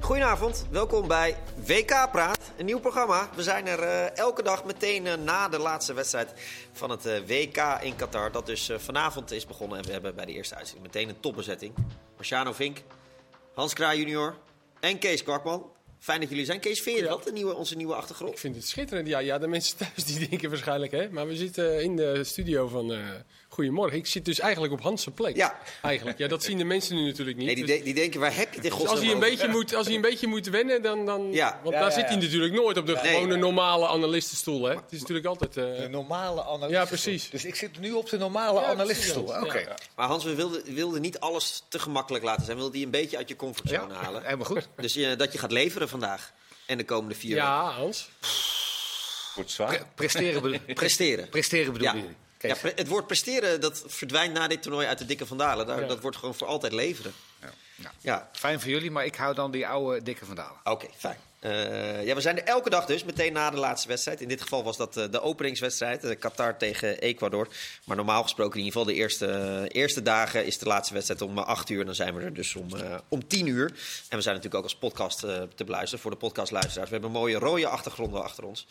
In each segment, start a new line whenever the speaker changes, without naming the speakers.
Goedenavond, welkom bij WK Praat, een nieuw programma. We zijn er eh, elke dag meteen eh, na de laatste wedstrijd van het eh, WK in Qatar. Dat dus eh, vanavond is begonnen en we hebben bij de eerste uitzending meteen een topbezetting. Marciano Vink, Hans Kraai junior en Kees Kwakman. Fijn dat jullie zijn. Kees, vind je
Ja.
dat de nieuwe, onze nieuwe achtergrond?
Ik vind het schitterend. Ja, ja, de mensen thuis die denken waarschijnlijk, hè. Maar we zitten in de studio van eh Goedemorgen. Ik zit dus eigenlijk op Hans' zijn plek.
Ja.
Eigenlijk. Ja, dat zien de mensen nu natuurlijk niet.
Nee, die,
Dus-
de- die denken, waar heb je dit in
dus als, hij
godsnaam
een
over?
beetje moet, als hij een beetje moet wennen, dan... dan
Ja.
Want
Ja,
daar
ja,
zit hij
ja.
natuurlijk nooit op de
Nee.
gewone normale analistenstoel, hè. Het is natuurlijk altijd... eh,
De normale analist.
Ja, precies.
Dus ik zit nu op de normale
Ja,
analistenstoel.
precies.
Oké.
Ja, ja.
Maar Hans, we wilden, wilden niet alles te gemakkelijk laten zijn. We wilden je een beetje uit je comfortzone halen.
helemaal goed.
Dus eh, dat je gaat leveren vandaag en de komende vier weken.
ja, Hans.
Wordt zwaar.
Pre- presteren, bedo-
Presteren.
presteren bedoel
Ja.
je? Kees.
Ja, pre- het woord presteren dat verdwijnt na dit toernooi uit de dikke vandalen. Daar,
Ja.
Dat wordt gewoon voor altijd leveren. Ja,
Ja. Fijn voor jullie, maar ik hou dan die oude dikke vandalen.
oké, fijn. Eh, ja, we zijn er elke dag dus, meteen na de laatste wedstrijd. In dit geval was dat eh, de openingswedstrijd, eh, Qatar tegen Ecuador. Maar normaal gesproken in ieder geval de eerste, eh, eerste dagen is de laatste wedstrijd om eh, 8 uur. En dan zijn we er dus om, eh, om 10 uur. En we zijn natuurlijk ook als podcast eh, te beluisteren voor de podcastluisteraars. We hebben een mooie rode achtergronden achter ons.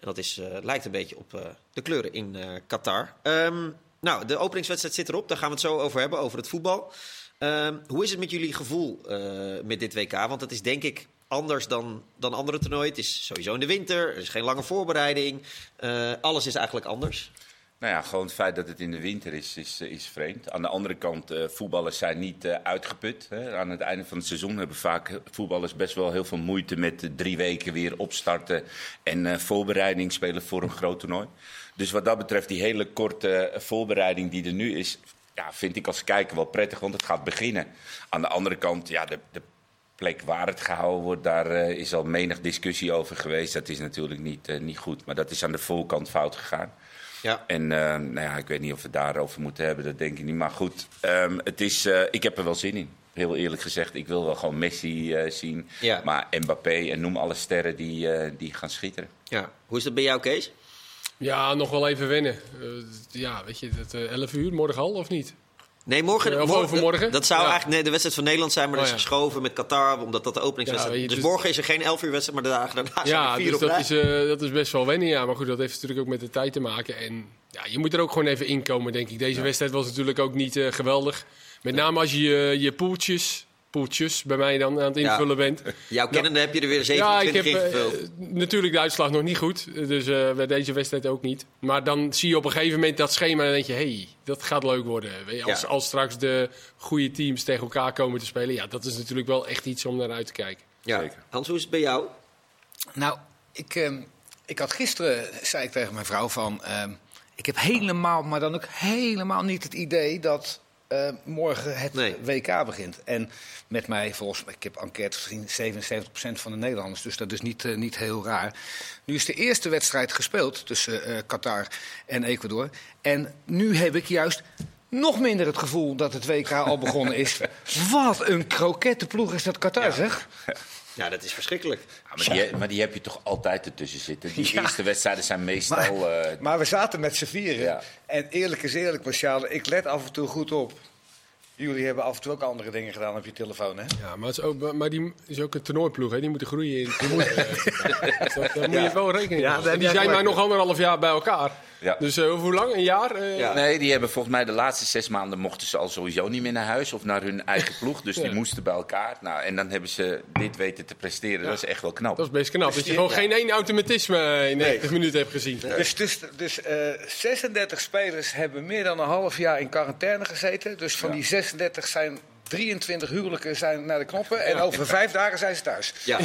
En dat is, eh, lijkt een beetje op eh, de kleuren in eh, Qatar. Ehm, nou, de openingswedstrijd zit erop. Daar gaan we het zo over hebben, over het voetbal. Ehm, hoe is het met jullie gevoel eh, met dit WK? Want het is denk ik anders dan, dan andere toernooien. Het is sowieso in de winter, er is geen lange voorbereiding. Eh, alles is eigenlijk anders.
Nou ja, gewoon het feit dat het in de winter is, is, eh, is vreemd. Aan de andere kant, eh, voetballers zijn niet eh, uitgeput. Hè. Aan het einde van het seizoen hebben vaak voetballers best wel heel veel moeite met eh, drie weken weer opstarten en eh, voorbereiding spelen voor een groot toernooi. Dus wat dat betreft, die hele korte eh, voorbereiding die er nu is, ja, vind ik als kijker wel prettig, want het gaat beginnen. Aan de andere kant, ja, de, de plek waar het gehouden wordt, daar eh, is al menig discussie over geweest. Dat is natuurlijk niet, eh, niet goed, maar dat is aan de voorkant fout gegaan.
Ja.
En eh, nou ja, ik weet niet of we het daarover moeten hebben, dat denk ik niet. Maar goed, ehm, het is, eh, ik heb er wel zin in. Heel eerlijk gezegd, ik wil wel gewoon Messi eh, zien.
Ja.
Maar Mbappé en noem alle sterren die, eh, die gaan schitteren.
ja. Hoe is dat bij jou, Kees?
Ja, nog wel even wennen. Eh, ja, weet je, dat, eh 11 uur, morgen al of niet?
Nee, morgen.
Of
morgen-
Eh, overmorgen?
Dat, dat zou
Ja.
eigenlijk nee, de wedstrijd van Nederland zijn, maar dat
Oh,
is
ja.
geschoven met Qatar, omdat dat de openingswedstrijd
Ja,
is. Dus,
weet je, dus-
morgen is er geen 11 uur wedstrijd, maar de dagen daarna zijn er
Ja,
vier
dus
op
dat
rij.
is, eh, dat is best wel wennen, ja. Maar goed, dat heeft natuurlijk ook met de tijd te maken. En ja, je moet er ook gewoon even inkomen, denk ik. Deze wedstrijd was natuurlijk ook niet eh, geweldig. Met name als je eh, je- je poeltjes, poeltjes bij mij dan aan het
Ja.
invullen bent.
Jouw kennende heb je er weer
Ja, ik
27
heb
in
eh,
gevuld.
natuurlijk de uitslag nog niet goed. Dus eh, bij deze wedstrijd ook niet. Maar dan zie je op een gegeven moment dat schema en dan denk je... hé, hey, dat gaat leuk worden. Weet je, Als,
Ja.
als straks de goede teams tegen elkaar komen te spelen... ja, dat is natuurlijk wel echt iets om naar uit te kijken.
ja.
Zeker.
Hans, hoe is het bij jou?
Nou, ik, ehm, ik had gisteren, zei ik tegen mijn vrouw van... ehm, ik heb helemaal, maar dan ook helemaal niet het idee dat ehm, morgen het
Nee.
WK begint. En met mij, volgens mij, ik heb enquêtes gezien, 77% van de Nederlanders. Dus dat is niet, eh, niet heel raar. Nu is de eerste wedstrijd gespeeld tussen eh, Qatar en Ecuador. En nu heb ik juist... Nog minder het gevoel dat het WK al begonnen is. Wat een krokettenploeg is dat Qatar, zeg.
Ja, dat is verschrikkelijk.
Ja, maar, die, maar die heb je toch altijd ertussen zitten? Die eerste wedstrijden zijn meestal... eh,
Maar we zaten met z'n vieren.
Ja.
En eerlijk is eerlijk, Marcial, ik let af en toe goed op. Jullie hebben af en toe ook andere dingen gedaan op je telefoon, hè?
Ja, maar, het is ook, maar die is ook een toernooiploeg, hè? die moeten groeien. In, die moeten, eh, dus dat- daar moet je wel rekening mee
daar
houden.
heb
Die
jij
zijn maar
gelijk.
nog anderhalf jaar bij elkaar.
Ja.
Dus eh, hoe lang? Een jaar? eh,
Ja.
Nee, die hebben volgens mij de laatste zes maanden mochten ze al sowieso niet meer naar huis of naar hun eigen ploeg. Dus die
Ja.
moesten bij elkaar. Nou, en dan hebben ze dit weten te presteren. Dat is echt wel knap.
Dat is best knap. Dat je gewoon geen één automatisme in 90 minuten hebt gezien.
Dus, dus, dus eh, 36 spelers hebben meer dan een half jaar in quarantaine gezeten. Dus van die 36 zijn 23 huwelijken zijn naar de knoppen. En over vijf dagen zijn ze thuis.
Ja,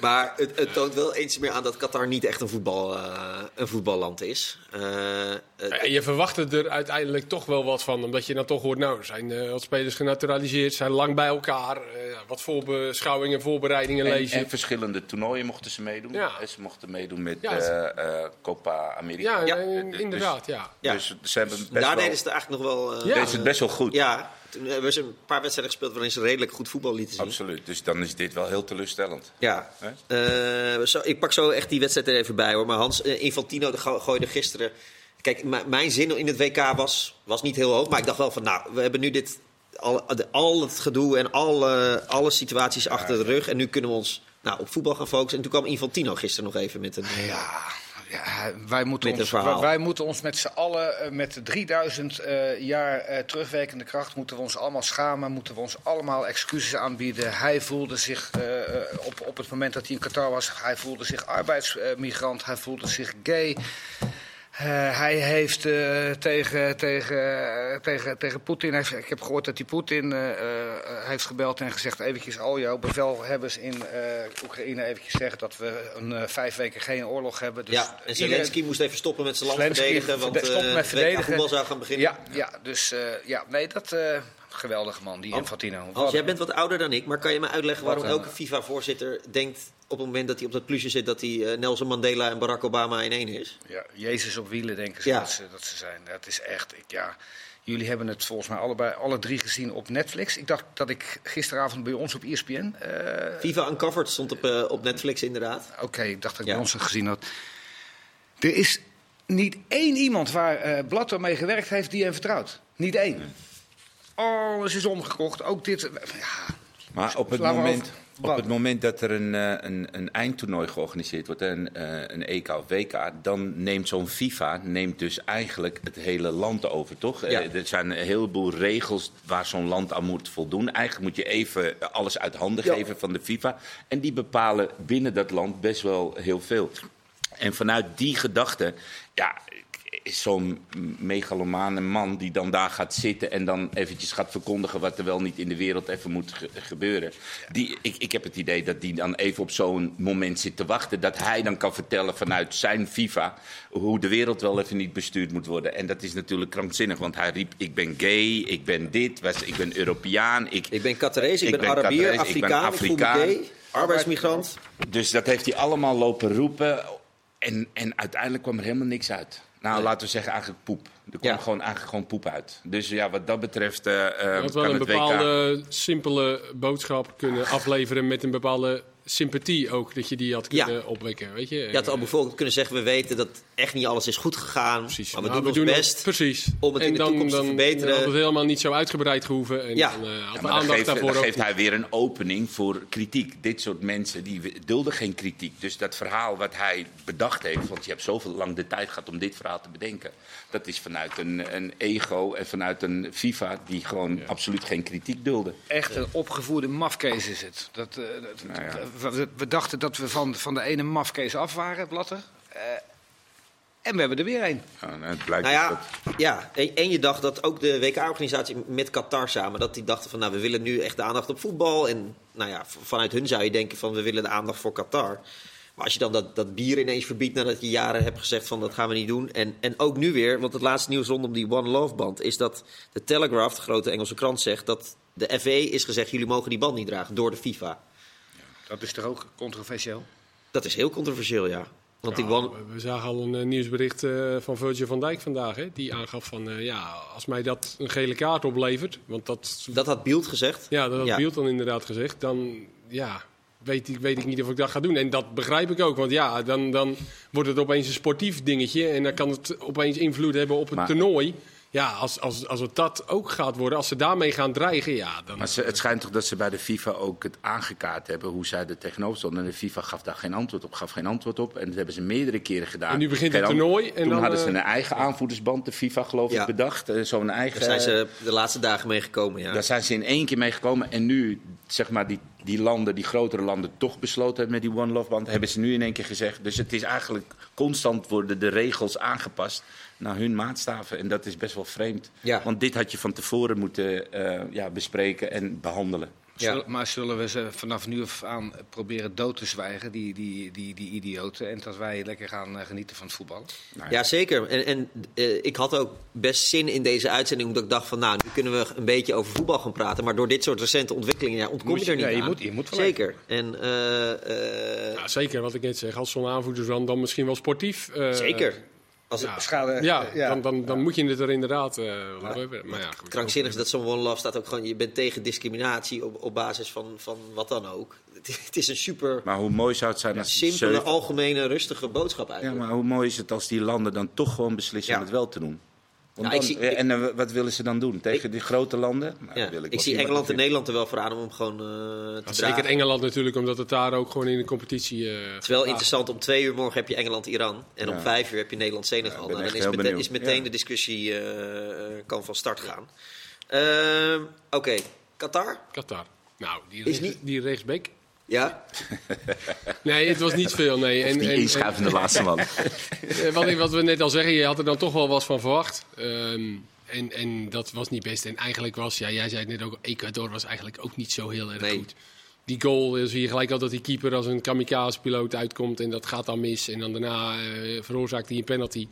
maar het, het toont wel eens meer aan dat Qatar niet echt een, voetbal, eh, een voetballand is. Eh, eh,
Ja, Je verwacht er uiteindelijk toch wel wat van, omdat je dan toch hoort, nou, er zijn eh, wat spelers genaturaliseerd, zijn lang bij elkaar, eh, wat voorbeschouwingen, voorbereidingen
En,
lezen.
en verschillende toernooien mochten ze meedoen.
Ja.
En Ze mochten meedoen met
Ja,
eh,
ze-
eh, Copa America.
ja,
Ja,
eh,
eh, dus-
inderdaad, ja.
ja.
Dus ze hebben best
daar
wel,
deden ze het eigenlijk nog wel... eh,
Ja.
deden ze het best wel goed.
ja, toen hebben ze een paar wedstrijden gespeeld waarin ze redelijk goed voetbal lieten zien.
Absoluut. Dus dan is dit wel heel teleurstellend.
Ja, Eh, zo, ik pak zo echt die wedstrijd er even bij hoor. Maar Hans, eh, Infantino de go- gooide gisteren... Kijk, m- mijn zin in het WK was, was niet heel hoog. Maar ik dacht wel van, nou, we hebben nu dit al, de- al het gedoe en alle, alle situaties achter de rug. En nu kunnen we ons nou, op voetbal gaan focussen. En toen kwam Infantino gisteren nog even met een...
Ja, ja wij, moeten
Met
ons,
een verhaal.
wij, wij moeten ons met z'n allen, eh, met de 3000 eh, jaar eh, terugwerkende kracht, moeten we ons allemaal schamen, moeten we ons allemaal excuses aanbieden. Hij voelde zich, eh, eh, op, op het moment dat hij in Qatar was, hij voelde zich arbeidsmigrant, hij voelde zich gay. Eh, hij heeft eh, tegen, tegen, eh, tegen, tegen Poetin, heeft- ik heb gehoord dat hij Poetin eh, eh, heeft gebeld en gezegd... eventjes al jouw bevelhebbers in eh, Oekraïne eventjes zeggen dat we een, eh, vijf weken geen oorlog hebben. Dus
ja, en
iedereen-
Zelensky moest even stoppen met zijn land
Zelensky
verdedigen. Want
verde- stopt
eh,
met
WK
verdedigen.
voetbal zou gaan beginnen.
Ja, ja, dus eh, ja, nee, dat eh geweldige man, die
Hans-
Infantino.
Hans,
Wat-
jij bent wat ouder dan ik, maar kan je me uitleggen waarom
Wat een-
elke FIFA-voorzitter denkt op het moment dat hij op dat plusje zit dat hij eh, Nelson Mandela en Barack Obama in één is?
Ja, Jezus op wielen, denken ze,
Ja.
dat, ze dat ze zijn. Dat is echt, ik, ja. Jullie hebben het volgens mij allebei, alle drie gezien op Netflix. Ik dacht dat ik gisteravond bij ons op E ESPN... eh,
FIFA Uncovered stond op, eh, op Netflix inderdaad.
Oké, ik dacht dat ik
Ja.
bij ons had gezien had. Er is niet één iemand waar eh Blatter mee gewerkt heeft die hem vertrouwt. Niet één. Alles is omgekocht, ook dit. eh, Ja,
Maar op het,
Slaan we
moment,
over.
op
Wat?
het moment dat er een, eh, een, een eindtoernooi georganiseerd wordt, een, eh, een EK of WK, dan neemt zo'n FIFA neemt dus eigenlijk het hele land over, toch?
Ja.
Eh, Er zijn een heleboel regels waar zo'n land aan moet voldoen. Eigenlijk moet je even eh, alles uit handen
Ja.
geven van de FIFA. En die bepalen binnen dat land best wel heel veel. En vanuit die gedachte, ja, is zo'n megalomane man die dan daar gaat zitten en dan eventjes gaat verkondigen wat er wel niet in de wereld even moet ge- gebeuren. Die, ik, ik heb het idee dat die dan even op zo'n moment zit te wachten. Dat hij dan kan vertellen vanuit zijn FIFA hoe de wereld wel even niet bestuurd moet worden. En dat is natuurlijk krankzinnig, want hij riep: Ik ben gay, ik ben dit, was- ik ben Europeaan. Ik,
Ik ben Catarese, ik,
Ik
ben
ben
Arabier,
Catarese, ik ben
Afrikaan, ik voel me
Afrikaan.
gay, arbeidsmigrant.
Dus dat heeft hij allemaal lopen roepen. En, en uiteindelijk kwam er helemaal niks uit. Nou, laten we zeggen eigenlijk poep. Er kwam
Ja.
gewoon, eigenlijk gewoon poep uit. Dus ja, wat dat betreft eh eh,
Ehm,
Je had
kan
wel een
het WK...
bepaalde simpele boodschap kunnen afleveren met een bepaalde sympathie ook. Dat je die had
Ja.
kunnen opwekken, weet je.
Je had al bijvoorbeeld kunnen zeggen, we weten dat echt niet alles is goed gegaan.
Precies.
Maar we
Nou,
doen ons best.
Precies.
om het in de toekomst te verbeteren.
had het helemaal niet zo uitgebreid gehoeven. En
Ja.
dan eh, had
Ja,
de
maar dan
aandacht
geeft, dan
daarvoor ook...
geeft hij weer een opening voor kritiek. Dit soort mensen die we- dulden geen kritiek. Dus dat verhaal wat hij bedacht heeft, want je hebt zoveel lang de tijd gehad om dit verhaal te bedenken. Dat is vanuit een, een ego en vanuit een FIFA die gewoon absoluut geen kritiek dulden.
echt een opgevoerde mafkees is het. Dat, eh, dat- we, we- we dachten dat we van, van de ene mafkees af waren, Blatter. Eh, en we hebben er weer een.
Ja, nou, het blijkt
Nou
dat-
ja, ja, en en je dacht dat ook de WK-organisatie met Qatar samen... dat die dachten van, nou, we willen nu echt de aandacht op voetbal. En nou ja, v- vanuit hun zou je denken van, we willen de aandacht voor Qatar. Maar als je dan dat, dat bier ineens verbiedt nadat je jaren hebt gezegd van... dat gaan we niet doen. En, en ook nu weer, want het laatste nieuws rondom die One Love-band... is dat de Telegraph, de grote Engelse krant, zegt dat de FE is gezegd... jullie mogen die band niet dragen door de FIFA.
Dat is toch ook controversieel?
Dat is heel controversieel, ja. Want die
Nou,
One...
we zagen al een eh, nieuwsbericht eh, van Virgil van Dijk vandaag. Hè, die aangaf van, eh, ja, als mij dat een gele kaart oplevert... Want dat,
Dat had Beeld gezegd.
ja, dat had Bielt dan inderdaad gezegd. Dan, ja, weet ik, weet ik niet of ik dat ga doen. En dat begrijp ik ook. Want ja, dan, dan wordt het opeens een sportief dingetje. En dan kan het opeens invloed hebben op het
Maar-
toernooi. Ja, als, als, als het dat ook gaat worden, als ze daarmee gaan dreigen, ja, dan...
Maar ze, het schijnt toch dat ze bij de FIFA ook het aangekaart hebben hoe zij er tegenover stonden. En de FIFA gaf daar geen antwoord op, gaf geen antwoord op. En dat hebben ze meerdere keren gedaan.
En nu begint
Geen
het
ant-
toernooi en
Toen
dan,
hadden ze
eh,
een eigen aanvoerdersband, de FIFA geloof ik,
Ja.
bedacht. Eh, Zo'n eigen...
Daar zijn ze de laatste dagen mee gekomen, ja.
Daar zijn ze in één keer mee gekomen. En nu, zeg maar, die, die landen, die grotere landen, toch besloten hebben met die One Love Band. Hebben ze nu in één keer gezegd. Dus het is eigenlijk constant worden de regels aangepast naar hun maatstaven. En dat is best wel vreemd.
Ja.
Want dit had je van tevoren moeten eh, ja, bespreken en behandelen.
Ja.
Zullen- maar zullen we ze vanaf nu af aan proberen dood te zwijgen, die, die, die, die idioten, en dat wij lekker gaan eh, genieten van het voetbal?
Ja, zeker. En, en eh, ik had ook best zin in deze uitzending, omdat ik dacht van, nou, nu kunnen we een beetje over voetbal gaan praten. Maar door dit soort recente ontwikkelingen ja, ontkom je,
Moet je-
er niet
ja, je
aan.
moet- je moet wel
zeker. En, eh, eh,
Ja, zeker wat ik net zeg. Als zo'n aanvoerdersband dan misschien wel sportief. eh,
zeker. Als het
Schade.
Ja,
ja.
dan, dan, dan moet je het er inderdaad. eh, wel hebben. maar ja, goed.
krankzinnig is dat zo'n one love staat ook gewoon, je bent tegen discriminatie op, op basis van, van wat dan ook. Het, het is een super
Maar hoe mooi zou het zijn als die
simpele,
zeven-
algemene, rustige boodschap
Ja,
eigenlijk.
maar hoe mooi is het als die landen dan toch gewoon beslissen
Ja.
om het wel te doen? Want
Nou, ik
dan-
zie-
eh, en eh, wat willen ze dan doen? Tegen die grote landen? Nou,
Ja.
wil
Ik, zie
wel zien wat
Engeland en
dat is.
Nederland er wel voor aan om hem gewoon eh, te
Zeker
dragen.
Engeland natuurlijk, omdat het daar ook gewoon in de competitie... eh,
Het is wel interessant, om twee uur morgen heb je Engeland-Iran. En om
Ah. Ja.
vijf uur heb je Nederland-Senegal.
Ja, ik ben
Nou, dan
echt
is,
heel
mete-
benieuwd.
is meteen
Ja.
de discussie eh, eh, kan van start gaan. Ehm, Oké, Qatar?
Qatar. Nou, die,
Is
rechts-
niet-
die rechtsbeek.
Ja?
Nee, het was niet veel. Nee. En,
Die
en-
inschuivende laatste man.
Eh, wat, ik- wat we net al zeggen, je had er dan toch wel wat van verwacht. Ehm, en, en dat was niet best. En eigenlijk was, ja, jij zei het net ook, Ecuador was eigenlijk ook niet zo heel erg
Nee.
goed. Die goal, eh, zie je gelijk al dat die keeper als een kamikaze-piloot uitkomt en dat gaat dan mis. En dan daarna eh, veroorzaakt hij een penalty.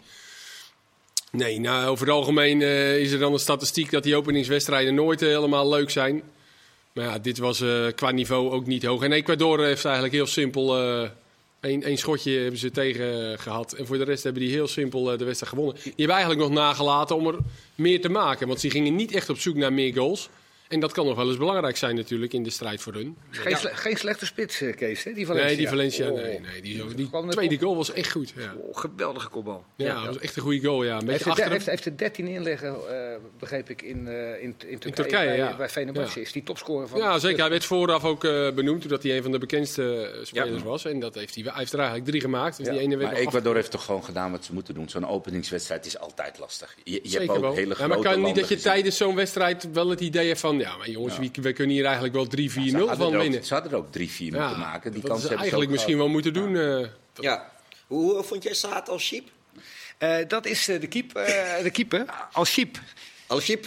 Nee, nou, over het algemeen eh, is er dan een statistiek dat die openingswedstrijden nooit eh, helemaal leuk zijn. Maar ja, dit was eh, qua niveau ook niet hoog. En Ecuador heeft eigenlijk heel simpel eh, één één schotje hebben ze tegen eh, gehad. En voor de rest hebben die heel simpel eh, de wedstrijd gewonnen. Die hebben eigenlijk nog nagelaten om er meer te maken. Want die gingen niet echt op zoek naar meer goals. En dat kan nog wel eens belangrijk zijn natuurlijk in de strijd voor hun.
Geen, sle- geen slechte spits, eh, Kees, hè? die Valencia.
Nee, die Valencia,
Oh.
nee, nee. Die, zo- die
Gewoon net
tweede
op.
goal was echt goed. Ja,
Oh, geweldige kopbal.
ja, dat was echt een goede goal. Ja. Een
Hij heeft,
beetje
er-
achter
heeft, heeft er 13 inleggen, eh begreep ik, in, eh, in, in Turkije.
Turkije,
bij,
ja.
bij Fenerbahce
Ja.
is die topscorer van.
Ja, zeker. Hij werd vooraf ook eh, benoemd doordat hij een van de bekendste eh, spelers was. En dat heeft hij, hij heeft er eigenlijk drie gemaakt. Dus
Ja,
die ene werd
Maar
nog
Ecuador heeft toch gewoon gedaan wat ze moeten doen. Zo'n openingswedstrijd is altijd lastig. Je, je hebt
Zeker
ook
wel.
hele
Ja,
grote
maar kan niet dat je
tijd
tijdens zo'n wedstrijd wel het idee hebt van... ja, maar jongens, wie- we kunnen hier eigenlijk wel 3-4-0 van winnen.
Ze hadden er ook 3-4 moeten maken. Die
dat
kans
is
hebben ze
eigenlijk
ook
misschien
gehad.
wel moeten doen. eh, dat-
ja. Hoe, hoe vond jij Saad al sheep?
Eh, dat is eh, de, keep, eh, de keeper, al sheep.
Al sheep?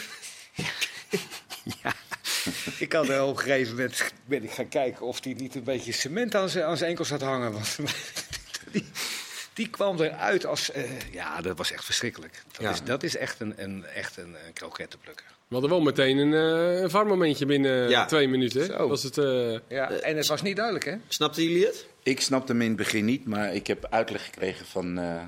Ik had er op een gegeven moment ben ik gaan kijken of hij niet een beetje cement aan zijn, aan zijn enkels had hangen. Want die, die kwam eruit als. eh, ja, dat was echt verschrikkelijk. Dat,
Ja.
is, dat is echt een, een, echt een, een krokettenplukker.
We hadden wel meteen een, eh, een varmomentje binnen
Ja.
twee minuten. hè.
Zo.
Was het, eh,
Ja, en het was niet duidelijk, hè?
Snapten jullie het?
Ik snapte hem in het begin niet, maar ik heb uitleg gekregen van, eh,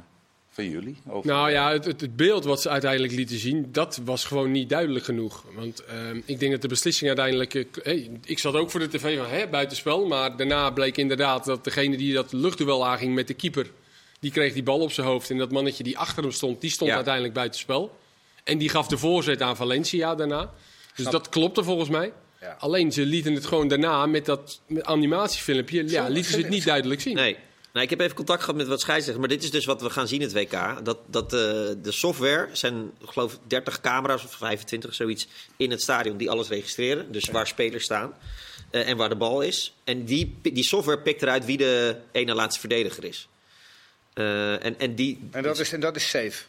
van jullie. Over...
nou ja, het, het, het beeld wat ze uiteindelijk lieten zien, dat was gewoon niet duidelijk genoeg. Want ehm, ik denk dat de beslissing uiteindelijk... eh, k- hey, ik zat ook voor de tv van, hè, buitenspel. Maar daarna bleek inderdaad dat degene die dat luchtduel aanging met de keeper... die kreeg die bal op zijn hoofd. En dat mannetje die achter hem stond, die stond
Ja.
uiteindelijk buitenspel. En die gaf de voorzet aan Valencia daarna. Dus dat klopte volgens mij.
Ja.
Alleen ze lieten het gewoon daarna met dat met animatiefilmpje... Ja, lieten ze het niet duidelijk zien.
Nee. Nou, ik heb even contact gehad met wat scheidsrechters, maar dit is dus wat we gaan zien in het WK. Dat, dat eh, de software, zijn ik geloof 30 camera's of 25, zoiets, in het stadion die alles registreren. Dus waar spelers staan eh, en waar de bal is. En die, pi- die software pikt eruit wie de ene laatste verdediger is. Eh, en, en die...
En dat is, en dat is safe.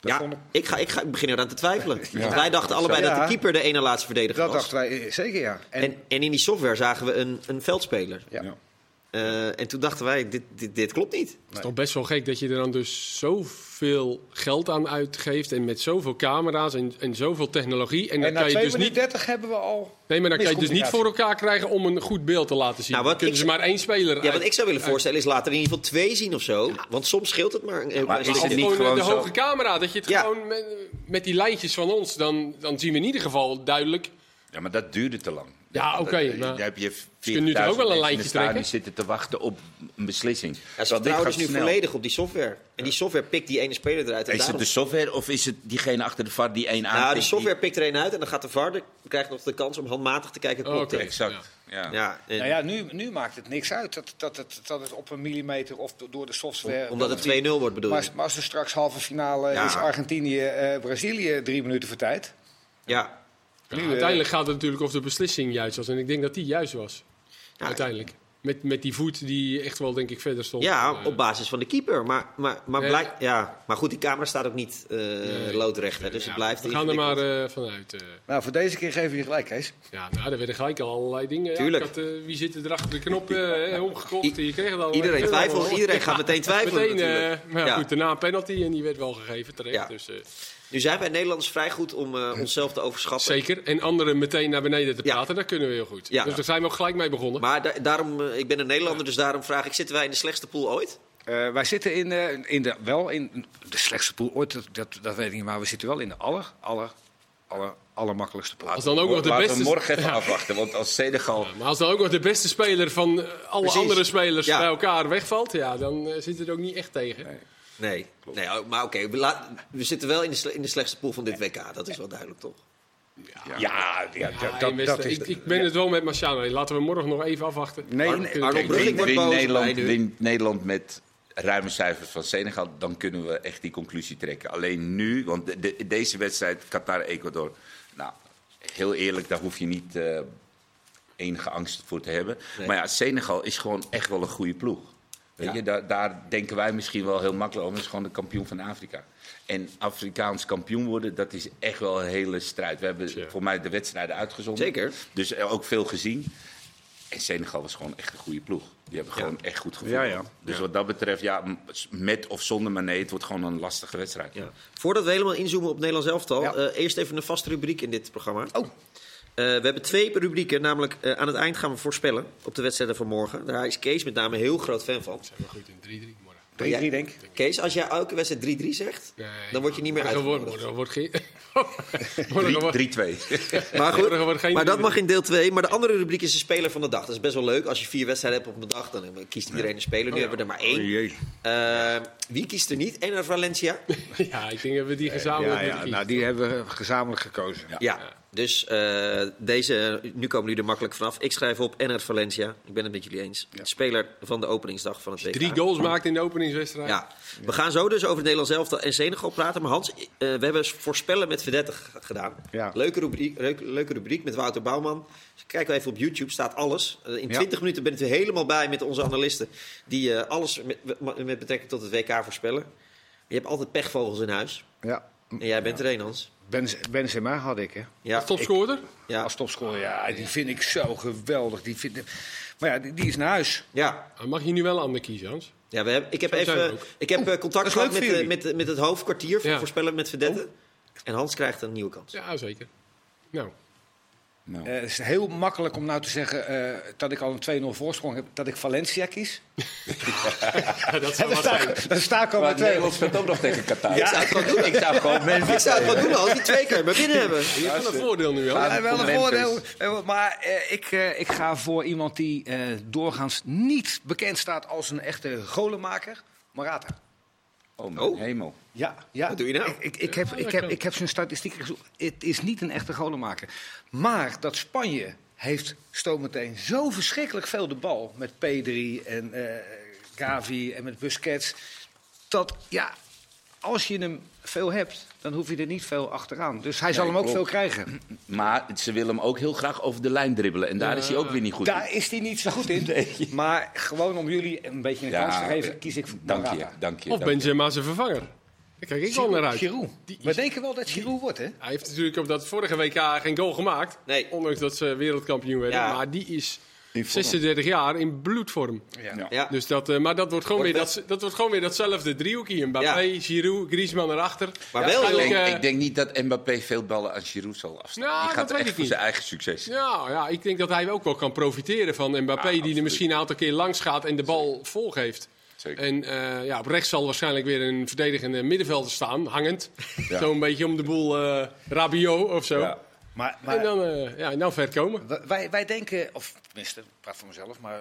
dat
ja,
vond ik-
ik... ga, ik, ga, ik begin eraan te twijfelen. Want wij dachten allebei dat de
Ja.
keeper de ene laatste verdediger
Dat
was.
dachten wij eh, zeker, ja. En,
En, en in die software zagen we een, een veldspeler.
ja.
Ja.
Eh, en toen dachten wij, dit, dit, dit klopt niet.
Het is toch best wel gek dat je er dan dus zoveel geld aan uitgeeft en met zoveel camera's en, en zoveel technologie. En dan
En na
kan je
2
dus
minuten
niet,
30 hebben we al.
nee, maar dan kan je dus niet
miscommunicatie.
voor elkaar krijgen om een goed beeld te laten zien.
Nou,
Nou,
wat
kunnen
ik
ze
zou-
maar één speler
Ja,
uit-
wat ik zou willen voorstellen is later in ieder geval twee zien of zo. Want soms scheelt het maar een heel
maar
klein
is
Of
het
stukje.
niet
gewoon, eh, de
gewoon zo?
hoge camera, dat je het
Ja.
gewoon met, met die lijntjes van ons, dan, dan zien we in ieder geval duidelijk.
Ja, maar dat duurde te lang.
Ja,
Dat-
Ah, oké, maar-
eh, Daar heb je 40.000
kunnen nu toch ook wel een
mensen in
lijntje
het stadion
trekken?
zitten te wachten op een beslissing.
Ja, ze
Terwijl dit
vertrouwen
gaat
dus nu
snel.
volledig op die software. En die software pikt die ene speler eruit. En
Is het
daarom...
de software of is het diegene achter de VAR die één aantikt?
nou, die
die-
software pikt er een uit en dan gaat de VAR de- krijgt nog de kans om handmatig te kijken. Klopt
Oh, Oké.
het?
Exact, ja.
Ja, en-
Nou ja, nu, nu maakt het niks uit dat, dat, het, dat het op een millimeter of do- door de software.
omdat
dat
het 2-0 wordt bedoeld.
Maar, als- maar als er straks halve finale
Ja.
is Argentinië-Brazilië drie minuten voor tijd.
Ja.
Ja,
Nu, eh,
uiteindelijk gaat het natuurlijk of de beslissing juist was. En ik denk dat die juist was,
Ja,
uiteindelijk. Met, met die voet die echt wel, denk ik, verder stond.
ja,
Eh,
op basis van de keeper. Maar, maar, maar,
Nee.
blijk- ja. maar goed, die camera staat ook niet eh, loodrecht. Hè, dus
ja,
het blijft
we gaan er maar
ingewikkeld.
eh, vanuit. eh.
Nou, voor deze keer geven we je gelijk, Kees.
Ja, nou, er werden gelijk al allerlei dingen.
Tuurlijk.
Ja, ik had, eh, wie zit er achter de knop eh, eh, omgekocht?
I-
Je kreeg het al.
Iedereen twijfelt. Iedereen gaat meteen twijfelen
Meteen, eh,
natuurlijk.
maar
Ja.
goed, daarna een penalty en die werd wel gegeven terecht.
Ja.
Dus, eh,
Nu zijn wij Nederlanders vrij goed om eh, onszelf te overschatten.
zeker. En anderen meteen naar beneden te
Ja.
praten, dat kunnen we heel goed.
Ja.
Dus daar zijn we ook gelijk mee begonnen.
Maar da- daarom, eh, ik ben een Nederlander, dus daarom vraag ik: zitten wij in de slechtste pool ooit?
Eh, wij zitten in, eh, in de, wel in de slechtste pool ooit, dat, dat, dat weet ik niet, maar we zitten wel in de aller, aller, aller, allermakkelijkste pool.
als dan ook nog de
Laten
beste...
we morgen even afwachten, want als Senegal...
Maar als dan ook nog de beste speler van eh, alle
Precies.
andere spelers
Ja.
bij elkaar wegvalt, ja, dan eh, zit het ook niet echt tegen.
Nee, nee oh, maar oké, we, la- we zitten wel in de, sle- in de slechtste pool van dit WK. Dat is wel duidelijk, toch?
Ja.
Ja, ja,
Ja,
dat,
Ah, je
dat,
mist-
dat is...
ik, ik ben het wel met Marciano. eens. Laten we morgen nog even afwachten.
Nee,
Arno-
nee,
Arno
kijk,
Brugge, ik
Wint
word boos bij
Nederland,
nu.
wint Nederland met ruime cijfers van Senegal, dan kunnen we echt die conclusie trekken. Alleen nu, want de- de- deze wedstrijd Qatar-Ecuador, nou, heel eerlijk, daar hoef je niet eh, enige angst voor te hebben.
Nee.
Maar ja, Senegal is gewoon echt wel een goede ploeg. Weet
Ja.
je, daar, daar denken wij misschien wel heel makkelijk over. Dat is gewoon de kampioen van Afrika. En Afrikaans kampioen worden, dat is echt wel een hele strijd. We hebben
Tja.
voor mij de wedstrijden uitgezonden.
Zeker.
Dus eh, ook veel gezien. En Senegal was gewoon echt een goede ploeg. Die hebben gewoon echt goed gevoeld.
Ja, ja.
Dus wat dat betreft, ja, m- met of zonder maar nee, het wordt gewoon een lastige wedstrijd.
Ja. Voordat we helemaal inzoomen op Nederlands elftal,
Ja.
eh, eerst even een vaste rubriek in dit programma.
Oh.
Eh, we hebben twee rubrieken, namelijk eh, aan het eind gaan we voorspellen op de wedstrijden van morgen. Daar is Kees met name heel groot fan van.
Zijn we goed in 3-3 morgen?
3-3
Jij-
denk ik.
Kees, als jij elke wedstrijd 3-3 zegt, dan word je niet meer
morgen wordt-
uitgenodigd.
Morgen wordt geen... morgen wordt-
3-2.
Maar
Morgen wordt
goed,
geen
maar dat
3-3.
mag in deel 2. Maar de andere rubriek is de speler van de dag. Dat is best wel leuk. Als je vier wedstrijden hebt op een dag, dan kiest iedereen een speler. Nu
Oh
hebben we er maar één. Eh, wie kiest er niet? Eén uit Valencia.
Ja, ik denk dat we die gezamenlijk moeten
Ja, ja,
kiezen.
nou, die hebben we gezamenlijk gekozen.
Ja, dus eh, deze, nu komen jullie er makkelijk vanaf. Ik schrijf op NR Valencia. Ik ben het met jullie eens. Speler van de openingsdag van het WK.
Drie goals maakt in de openingswedstrijd.
Ja. We gaan zo dus over het Nederlands elftal en Senegal praten. Maar Hans, eh, we hebben voorspellen met verdette g- gedaan.
Ja.
Leuke, rubriek, leuk- leuke rubriek met Wouter Bouwman. Dus kijk even op YouTube, staat alles. Eh, in
Ja.
20 minuten ben ik er helemaal bij met onze analisten. Die eh, alles met, met betrekking tot het WK voorspellen. Je hebt altijd pechvogels in huis.
Ja.
En jij bent er een, Hans.
Ben, Benzema had ik, hè?
Ja.
Topscorer?
Ja.
Als topscorer, ja, die vind ik zo geweldig. Die vind... Maar ja, die, die is naar huis.
ja.
Dan Ah, Mag je nu wel een ander kiezen, Hans?
Ja, we hebben, ik heb,
Zo zijn we
even,
ook.
ik heb eh,
dat
contact
is
gehad
leuk
met,
voor
eh,
jullie.
met, met het hoofdkwartier van
Ja.
voorspellen met Verdette. En Hans krijgt een nieuwe kans.
Ja, zeker. Nou,
Nou.
Eh, het is heel makkelijk om nou te zeggen eh, dat ik al een 2-0 voorsprong heb, dat ik Valencia kies.
dat zou
Dan
wat
sta,
zijn.
ik- dan sta ik al
Maar
met 2
Nederland speelt ook nog tegen Qatar.
Ik zou het gewoon doen.
Ik zou gewoon
Ik
Memphis...
zou het wel doen als die twee keer maar binnen hebben.
Je hebt wel een voordeel nu, Hans.
Ja, wel een
Complimenten.
voordeel. Eh, Maar eh, ik, eh, ik ga voor iemand die eh, doorgaans niet bekend staat als een echte golenmaker. Morata.
Oh, mijn
Oh.
hemel.
Ja, ja.
Wat doe je nou?
Ik, ik, ik, heb, ik, heb, ik heb zijn statistieken gezocht. Het is niet een echte golenmaker. Maar dat Spanje heeft zometeen zo verschrikkelijk veel de bal. Met P3 en eh, Gavi en met Busquets. Dat, ja, als je hem veel hebt, dan hoef je er niet veel achteraan. Dus hij zal hem ook
klopt.
veel krijgen.
Maar ze willen hem ook heel graag over de lijn dribbelen. En daar is hij ook weer niet goed in.
Daar is hij niet zo goed in. Maar gewoon om jullie een beetje een
Ja,
kans te geven, kies ik voor
Dank je,
Morata.
dank je.
Of
dank je.
Benzema zijn vervanger. Daar kijk ik wel naar uit.
Giroud.
Die-
We denken wel dat Giroud wordt, hè?
Hij heeft natuurlijk op dat vorige WK geen goal gemaakt.
Nee.
Ondanks dat ze wereldkampioen werden.
Ja.
Maar die is
In vorm.
36 jaar in bloedvorm.
Ja.
Dus dat, eh, maar dat wordt, gewoon
Wordt
weer
best-
dat, dat wordt gewoon weer datzelfde driehoekje. Mbappé,
Ja.
Giroud, Griezmann erachter.
Maar wel,
Ja,
Ik
waarschijnlijk,
denk,
eh,
ik denk niet dat Mbappé veel ballen aan Giroud zal afstaan.
Nou,
die
dat
gaat
weet
echt
ik
voor
niet.
zijn eigen succes.
Ja, ja, ik denk dat hij ook wel kan profiteren van Mbappé, die er
absoluut.
misschien een aantal keer langs gaat en de bal volgeeft.
Zeker.
En eh, ja, op rechts zal waarschijnlijk weer een verdedigende middenvelder staan, hangend.
Ja.
Zo'n beetje om de boel eh Rabiot of zo.
Ja.
Maar,
En dan, eh ja, en dan ver komen.
W- Wij, wij denken, of tenminste, ik praat voor mezelf, maar eh,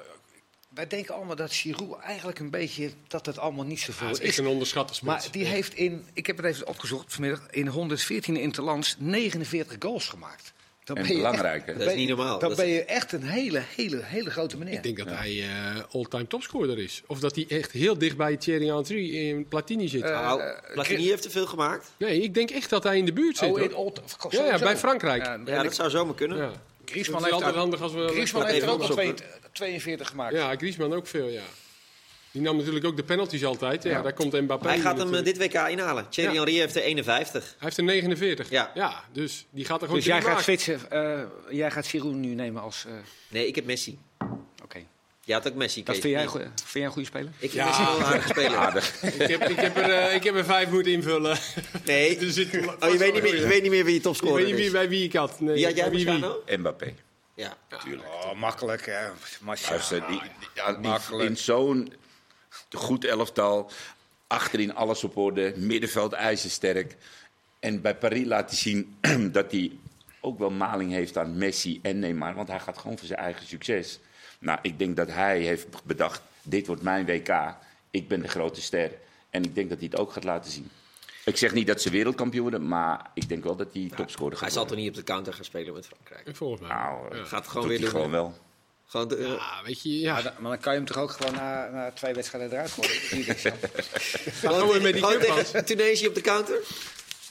wij denken allemaal dat Giroud eigenlijk een beetje dat het allemaal niet zoveel
Ja, het is echt
is.
een onderschatte spits.
Maar die heeft in, ik heb het even opgezocht vanmiddag, in 114 interlands 49 goals gemaakt. Dan
En
ben je echt-
belangrijk, hè?
dan
Dat is
ben je-
niet normaal.
Dan
Dat-
ben je echt een hele, hele, hele grote meneer.
Ik denk dat hij eh all-time topscorer is. Of dat hij echt heel dicht bij Thierry Henry in Platini zit.
Eh,
Nou, Platini heeft te veel gemaakt.
nee, ik denk echt dat hij in de buurt zit.
Oh, in
hoor.
Old- of-
Ja, ja,
sowieso.
bij Frankrijk.
Ja, en
Ja, dat
ik-
zou zomaar kunnen.
ja.
Griezmann
Het is
heeft
altijd
ook-
handig als we...
Griezmann
dat
heeft
even
er ook al
opzoeken.
22 42 gemaakt.
Ja, Griezmann ook veel, ja. Die nam natuurlijk ook de penalties altijd. Ja, daar komt Mbappé
Hij
nu
gaat hem eh,
natuurlijk.
dit WK inhalen. Thierry
Ja.
Henry heeft er 51.
Hij heeft er 49.
Ja.
dus die gaat er gewoon
Dus jij
drie
gaat,
maken.
switchen, eh, jij gaat Giroud nu nemen als... eh,
Nee, ik heb Messi.
Oké,
Jij had ook Messi.
dat
Kees.
vind jij,
Nee.
een goe- vind jij een goede speler?
Ik vind Messi wel een aardige speler.
Ik heb, ik, heb er, eh, ik heb er vijf moeten invullen.
Nee.
Er zit-
Oh, je weet niet meer, je weet niet meer wie je
Ik weet
topscorer
niet wie,
is.
bij wie ik had. Nee,
Wie had jij,
bij wie, wie.
Luciano?
Mbappé.
Ja.
Oh, makkelijk, hè. Martial.
Luister, die, ja, die-
makkelijk.
in zo'n goed elftal, achterin alles op orde, middenveld ijzersterk. En bij Paris laat hij zien dat hij ook wel maling heeft aan Messi en Neymar, want hij gaat gewoon voor zijn eigen succes. Nou, ik denk dat hij heeft bedacht, dit wordt mijn WK, ik ben de grote ster. En ik denk dat hij het ook gaat laten zien. Ik zeg niet dat ze wereldkampioen worden, maar ik denk wel dat hij topscorer
Hij
gaat
zal toch
worden.
niet op de counter gaan spelen met Frankrijk?
Volgens mij.
Nou, eh,
Ja.
Gaat het
doet
gewoon
hij
weer doen.
gewoon wel.
Gewoon eh, de-
Ja, weet je, ja.
Ah,
Maar dan, maar dan kan je hem toch ook gewoon na, na twee wedstrijden eruit gooien? Dat is niet niks aan.
gewoon
gewoon
tegen-
met die
gewoon
Japans.
tegen Tunesië op de counter?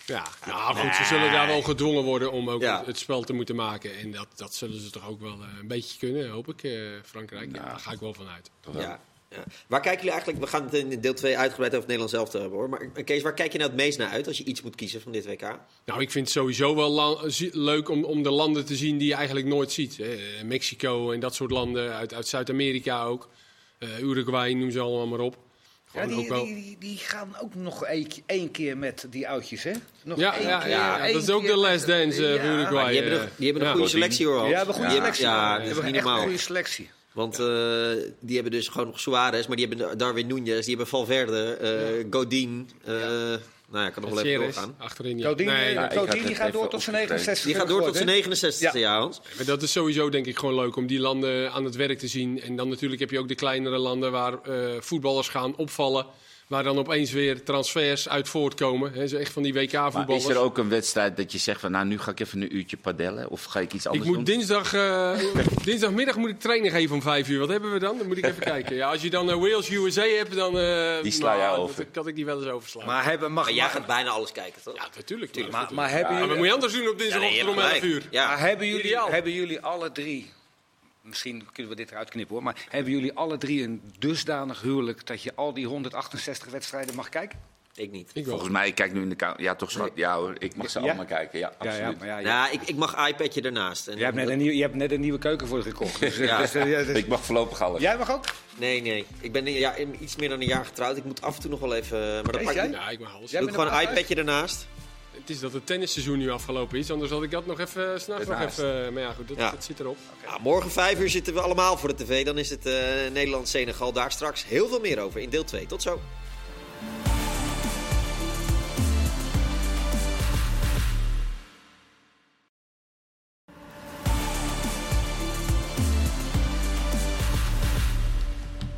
Ja, nou goed, ze zullen daar wel gedwongen worden om ook
Ja.
het- het spel te moeten maken. En dat, dat zullen ze toch ook wel eh, een beetje kunnen, hoop ik, eh, Frankrijk.
Nou.
Ja, daar ga ik wel van uit.
Ja. ja. Waar kijken jullie eigenlijk... We gaan het in deel 2 uitgebreid over Nederland zelf te hebben, hoor. Maar eh, Kees, waar kijk je nou het meest naar uit als je iets moet kiezen van dit WK?
Nou, ik vind het sowieso wel la- zie- leuk om, om de landen te zien die je eigenlijk nooit ziet. hè. Mexico en dat soort landen, uit, uit Zuid-Amerika ook. Eh, Uruguay, noem ze allemaal maar op.
Ja,
Gewoon ook
die,
wel.
die, die, die gaan ook nog één één keer met die oudjes, hè? Nog
Ja,
één
ja,
keer,
ja,
één
dat is ook
keer
de
met-
last dance eh,
Ja.
voor Uruguay.
Maar die hebben,
eh.
een, die hebben een
ja.
goede
Godin.
selectie, hoor. Hans.
Ja, we hebben een goede
Die
selectie.
Ja,
we
dat is
hebben
niet
echt een
normaal.
goede selectie.
Want eh, die hebben dus gewoon nog Suarez, maar die hebben eh, Darwin Núñez, die hebben Valverde, eh, Godin. eh, Nou ja, kan nog wel even
Ceres,
doorgaan.
achterin. Ja.
Claudine,
Nee,
eh,
ik had
Claudine,
het
die gaat
even
door tot zijn
opgeschreven.
69.
Die gaat door tot
geworden.
zijn 69e
Ja.
jaar, Hans.
Maar dat is sowieso denk ik gewoon leuk om die landen eh, aan het werk te zien. En dan natuurlijk heb je ook de kleinere landen waar eh, voetballers gaan opvallen. Waar dan opeens weer transfers uit voortkomen. Hè, zo echt van die
Maar
WK-voetballers.
is er ook een wedstrijd dat je zegt van nou, nu ga ik even een uurtje padellen of ga ik iets
Ik
anders doen?
moet dinsdag, eh, dinsdagmiddag moet ik training geven om vijf uur. Wat hebben we dan? Dan moet ik even kijken. Ja, als je dan eh, Wales-USA hebt, dan... eh,
Die sla jij
nou,
over.
dat- Kan ik die wel eens overslaan.
Maar hebben, mag,
Maar jij
mag-
gaat bijna alles kijken, toch?
ja, natuurlijk.
maar,
natuurlijk.
maar
Maar
hebben jullie...
wat moet je anders doen op dinsdagochtend om elf uur?
Maar hebben jullie,
Ideaal.
hebben jullie alle drie, misschien kunnen we dit eruit knippen hoor, maar hebben jullie alle drie een dusdanig huwelijk dat je al die 168 wedstrijden mag kijken?
ik niet.
Ik wel.
Volgens mij, ik kijk nu in de kamer. Ja, toch schat? Ja hoor, ik mag ze
Ja?
allemaal kijken. Ja, absoluut.
maar ja,
Nou, ik, ik mag iPadje ernaast. En
je, hebt net een nieuwe, je hebt net een nieuwe keuken voor je gekocht. Dus, eh,
Ja.
dus, eh, ja, dus-
Ik mag voorlopig alles.
jij mag ook?
Nee, nee. Ik ben ja, iets meer dan een jaar getrouwd. Ik moet af en toe nog wel even... eh, Maar dat
Kees,
pak
jij?
ik,
Ja, ik mag alles.
Jij
doe ik
bent
gewoon een
er pas uit.
iPadje ernaast.
Het is dat het tennisseizoen nu afgelopen is. Anders had ik dat nog even eh, s'nachts nog
Daarnaast.
even... Maar ja, goed, dat,
Ja.
dat zit erop.
Nou, morgen vijf uur zitten we allemaal voor de tv. Dan is het eh, Nederland-Senegal. Daar straks heel veel meer over in deel 2. Tot zo.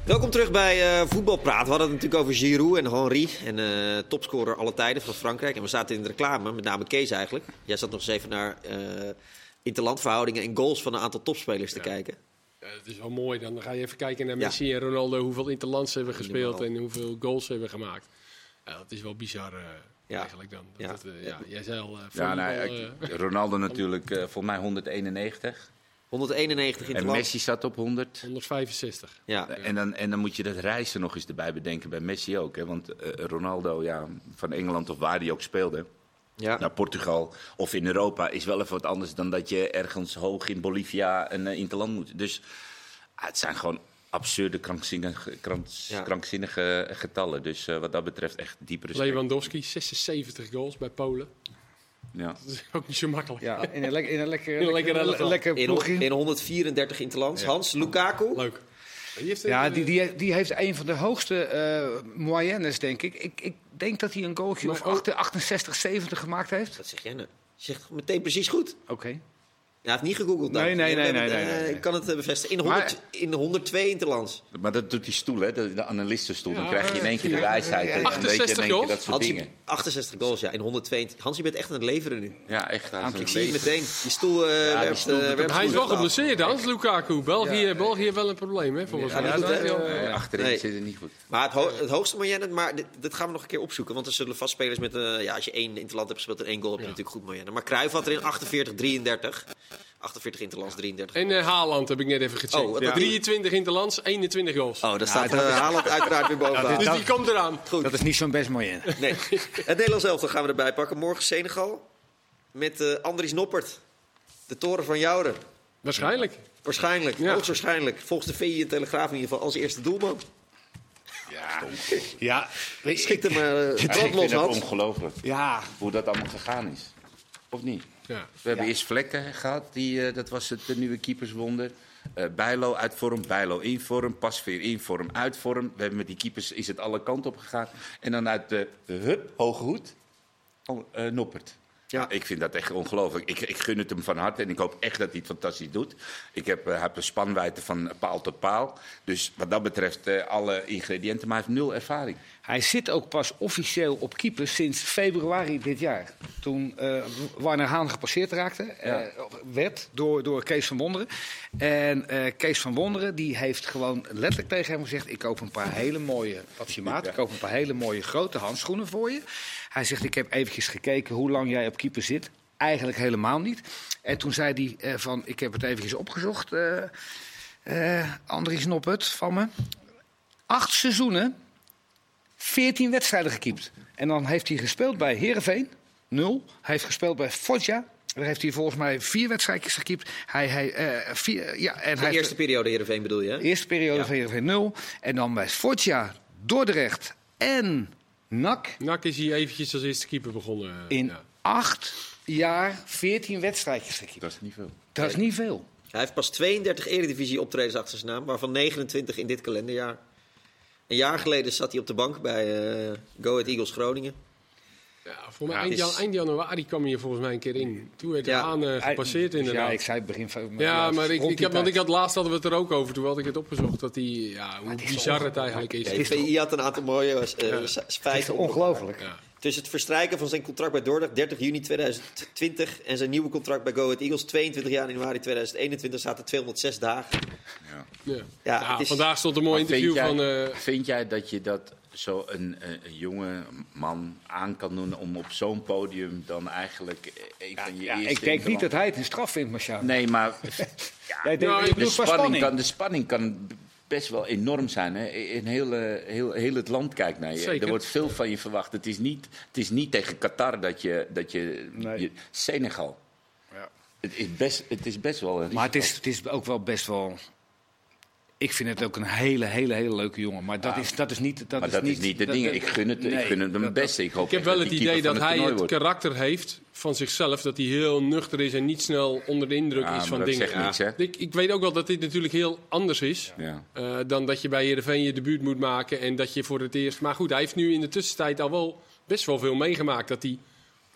Welkom terug bij eh Voetbalpraat. We hadden het natuurlijk over Giroud en Henry. En eh, topscorer alle tijden van Frankrijk. En we zaten in de reclame, met name Kees eigenlijk. Jij zat nog eens even naar eh interlandverhoudingen en goals van een aantal topspelers te kijken.
Ja, het is wel mooi. Dan ga je even kijken naar
Ja.
Messi en Ronaldo. Hoeveel interlands ze hebben gespeeld
Helemaal.
en hoeveel goals ze hebben gemaakt. Ja, dat is wel bizar eh,
Ja.
eigenlijk dan. Dat,
Ja.
dat, eh, ja, jij zei al... eh,
Ja, nou,
volleybal,
ik-
eh,
Ronaldo natuurlijk, eh voor mij 191.
191
En
interlands.
Messi zat op 100.
165.
Ja.
En dan, en dan moet je dat reizen nog eens erbij bedenken bij Messi ook. Hè? Want eh, Ronaldo, ja, van Engeland of waar hij ook speelde,
Ja.
naar Portugal of in Europa, is wel even wat anders dan dat je ergens hoog in Bolivia een eh, interland moet. Dus ah, het zijn gewoon absurde, krankzinnige, krans-
Ja.
krankzinnige getallen. Dus eh, wat dat betreft echt diepe
Dus
respect.
Lewandowski, 76 goals bij Polen.
Ja.
Dat is ook niet zo makkelijk.
Ja, in een, lek- in een lekker,
In een lekker elftal.
lekker
In, ho-
ploegje.
in 134 interlands. Hans, Lukaku.
Leuk. Die heeft, eh,
Ja, die, die, die heeft een van de hoogste eh moyennes, denk ik. ik. Ik denk dat hij een goaltje
Maar
of
ook-
8- 68, 70 gemaakt heeft.
Wat zeg jij nou? Je zegt meteen precies goed.
Oké.
Ja, hij heeft niet gegoogeld. dan.
Nee, nee, nee,
Eh,
nee, nee, nee, nee.
Ik kan het eh, bevestigen. In,
Maar-
100, in 102 interlands.
Maar dat doet die stoel, hè? de, de analistenstoel.
Ja,
dan krijg je in één keer de
ja,
wijsheid. en dan weet je in één
68
keer
goals.
Dat soort
Hans, je-
dingen.
68 goals, ja. In 102. inter- Hans, je bent echt aan het leveren nu.
Ja, echt. hij is
Aantal
een
Ik zie het
beetje-
meteen. Die stoel eh werpt...
stoel
eh,
doet het
werpt
Hij is wel
goed.
geblesseerd, Hans Lukaku. België, België heeft wel een probleem, hè, volgens
Ja,
mij.
dat doet hij wel.
Nee, achterin
Nee.
zit het niet goed.
Maar het, ho- het hoogste moyenne, maar dit, dit gaan we nog een keer opzoeken. Want er zullen vast spelers met... eh, ja, als je één interland hebt gespeeld en één goal, heb je natuurlijk goed moyenne. Maar Cruijff had er in 48, 33. 48 interlands, 33.
En eh, Haaland heb ik net even gecheckt.
Oh, wat- Ja.
23 interlands, 21 goals.
Oh, daar staat eh, Haaland uiteraard weer bovenaan.
dus die komt eraan.
Dat is niet zo'n best moyenne.
Nee. Het Nederlands elftal gaan we erbij pakken. Morgen Senegal met eh, Andries Noppert. De toren van Jouren.
Waarschijnlijk.
Waarschijnlijk,
Ja.
hoogstwaarschijnlijk. Volgens de VI en Telegraaf in ieder geval als eerste doelman.
Ja, weet
Schikt hem maar eh, het
Ja,
land
ik vind
los,
het
Hans.
ongelooflijk
Ja,
hoe dat allemaal gegaan is. Of niet?
Ja.
We hebben eerst Vlekken gehad, die, eh, dat was het eh, nieuwe keeperswonder. Eh, Bijlo uit vorm, Bijlo in vorm, Pasveer in vorm, uit vorm. We hebben met die keepers is het alle kanten op gegaan. En dan uit de hup, hoge hoed, oh, eh, Noppert.
Ja.
Ik vind dat echt ongelooflijk. Ik, ik gun het hem van harte en ik hoop echt dat hij het fantastisch doet. Ik heb, eh, heb een spanwijdte van eh, paal tot paal. Dus wat dat betreft eh, alle ingrediënten, maar hij heeft nul ervaring.
Hij zit ook pas officieel op keeper sinds februari dit jaar. Toen eh, Warner Haan gepasseerd raakte, eh, werd door, door Kees van Wonderen. En eh, Kees van Wonderen die heeft gewoon letterlijk tegen hem gezegd... ik koop een paar hele mooie, wat je maat, ik koop een paar hele mooie grote handschoenen voor je. Hij zegt, ik heb eventjes gekeken hoe lang jij op keeper zit. Eigenlijk helemaal niet. En toen zei hij eh, van, ik heb het eventjes opgezocht... eh eh Andries Noppert van me. Acht seizoenen 14 wedstrijden gekiept. En dan heeft hij gespeeld bij Herenveen, 0. Hij heeft gespeeld bij Foggia. Daar heeft hij volgens mij vier wedstrijdjes gekiept. Hij, hij, eh, vier, ja, en hij
De
heeft-
eerste periode Heerenveen bedoel je? hè?
eerste periode van Herenveen 0. En dan bij Foggia, Dordrecht en NAC.
Nak is hier eventjes als eerste keeper begonnen. eh,
In
ja.
acht jaar 14 wedstrijdjes gekiept.
Dat is niet veel.
Dat is niet veel.
Hij heeft pas 32 eredivisie optredens achter zijn naam, waarvan 29 in dit kalenderjaar. Een jaar geleden zat hij op de bank bij eh, Go Ahead Eagles Groningen.
Ja, voor mij
Ja,
eind,
het is-
jan- eind januari kwam hij er volgens mij een keer in. Toen werd
Ja.
ja, aan eh, gepasseerd
Dus
inderdaad.
Ja, ik zei het begin van
Ja, maar ik,
rond
ik
die
heb, want ik
tijd.
had laatst hadden we het er ook over. Toen had ik het opgezocht dat hij, ja,
Ah,
hoe bizar het eigenlijk is.
De VI had een aantal mooie eh, s- feiten op.
Ongelooflijk.
Tussen Dus het verstrijken van zijn contract bij Dordrecht 30 juni 2020 en zijn nieuwe contract bij Go Ahead Eagles 22 januari 2021 zaten 206 dagen.
Ja.
Ja,
Ja,
het is-
Vandaag stond een mooi
Maar
interview
vind
van.
jij,
eh,
Vind jij dat je dat zo een, een, een jonge man aan kan doen om op zo'n podium dan eigenlijk een van je
Ja,
eerste...
ik denk niet
interland-
dat hij het een straf vindt, Marciano.
Nee, maar
Jij denkt-
Nou,
ik
de
bedoel qua
spanning,
spanning.
kan, de spanning kan b- best wel enorm zijn. Hè? In heel, eh, heel, heel het land kijkt naar je.
Zeker.
Er wordt veel van je verwacht. Het is niet, het is niet tegen Qatar dat je... Dat je,
Nee.
je- Senegal. Het, is best, het is best wel een
Maar het is, het is ook wel best wel. Ik vind het ook een hele, hele, hele leuke jongen. Maar dat, is, dat is niet. Dat,
Maar dat is niet de
dat-
dingen. Ik gun het,
Nee,
ik gun het hem
dat-
best. Ik, hoop
ik heb
echt
wel het
die
idee
keeper
dat
van
hij
toernooi
het
wordt.
karakter heeft van zichzelf. Dat hij heel nuchter is en niet snel onder de indruk
Ja,
is
maar
van
dat
dingen.
zegt niks, hè?
Ik, ik weet ook wel dat dit natuurlijk heel anders is.
Ja.
eh, dan dat je bij Heerenveen je debuut moet maken. En dat je voor het eerst... Maar goed, hij heeft nu in de tussentijd al wel best wel veel meegemaakt. Dat hij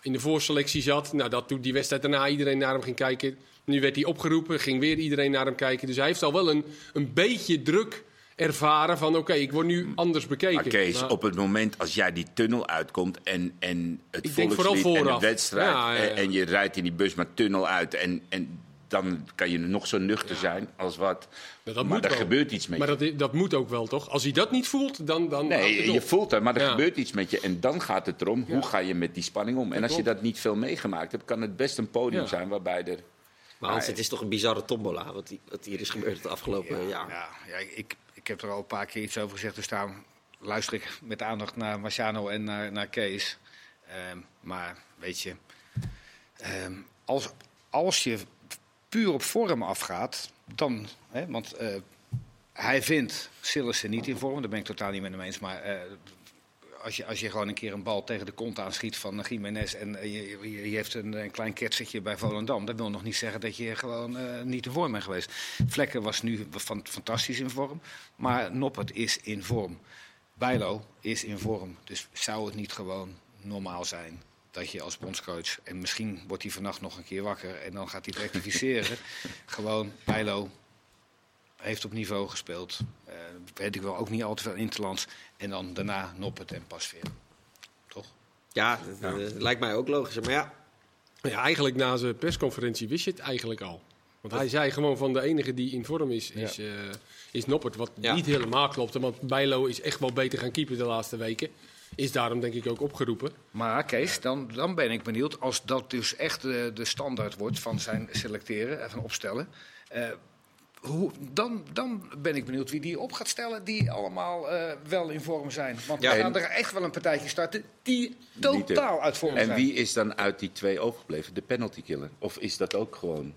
in de voorselectie zat. Nou, dat toen die wedstrijd daarna iedereen naar hem ging kijken. Nu werd hij opgeroepen, ging weer iedereen naar hem kijken. Dus hij heeft al wel een, een beetje druk ervaren van... Oké, ik word nu anders bekeken.
Mm. Maar Kees,
Maar-
op het moment als jij die tunnel uitkomt en, en het
Ik denk
volkslied
vooral
en de
vooraf.
wedstrijd...
Ja, ja, ja.
En, en je rijdt in die bus maar tunnel uit en... en dan kan je nog zo nuchter zijn als wat.
Nou, dat
maar
moet
er
wel.
gebeurt iets met
Maar
je.
dat, i- dat moet ook wel, toch? Als hij dat niet voelt, dan... dan houdt het
Nee, je
op.
voelt het, maar er
Ja.
gebeurt iets met je. En dan gaat het erom, hoe ga je met die spanning om? En als je dat niet veel meegemaakt hebt, kan het best een podium
Ja.
zijn waarbij er...
Maar Hans, het is toch een bizarre tombola wat, die- wat hier is gebeurd het afgelopen jaar.
Ja, ja ik, ik heb er al een paar keer iets over gezegd. Dus daarom luister ik met aandacht naar Marciano en naar, naar Kees. Ehm, maar weet je, ehm, als, als je puur op vorm afgaat, dan. Hè, want eh, hij vindt Sillissen niet in vorm, daar ben ik totaal niet met hem eens. Maar eh, als, je, als je gewoon een keer een bal tegen de kont aanschiet van eh, Jiménez en eh, je, je, je heeft een, een klein ketsertje bij Volendam, dat wil nog niet zeggen dat je gewoon eh, niet in vorm bent geweest. Vlekken was nu van, fantastisch in vorm, maar Noppert is in vorm. Bijlo is in vorm, dus zou het niet gewoon normaal zijn dat je als bondscoach, en misschien wordt hij vannacht nog een keer wakker en dan gaat hij het rectificeren, gewoon Bijlo heeft op niveau gespeeld. Eh, weet ik wel, ook niet al te veel interlands. En dan daarna Noppert en Pasveer. Toch?
Ja, dat, eh, lijkt mij ook logisch. Maar ja,
Ja, eigenlijk na zijn persconferentie wist je het eigenlijk al. Want hij zei gewoon van de enige die in vorm is, is, eh, is Noppert. Wat
Ja.
niet helemaal klopte, want Bijlo is echt wel beter gaan keeper de laatste weken. Is daarom denk ik ook opgeroepen.
Maar Kees, dan, dan ben ik benieuwd als dat dus echt de, de standaard wordt van zijn selecteren en van opstellen. eh, hoe, dan, dan ben ik benieuwd wie die op gaat stellen die allemaal eh, wel in vorm zijn. Want
Ja,
we
en-
gaan er echt wel een partijtje starten die
Niet, eh,
totaal uit vorm
En
zijn.
wie is dan uit die twee overgebleven? De penalty killer? Of is dat ook gewoon...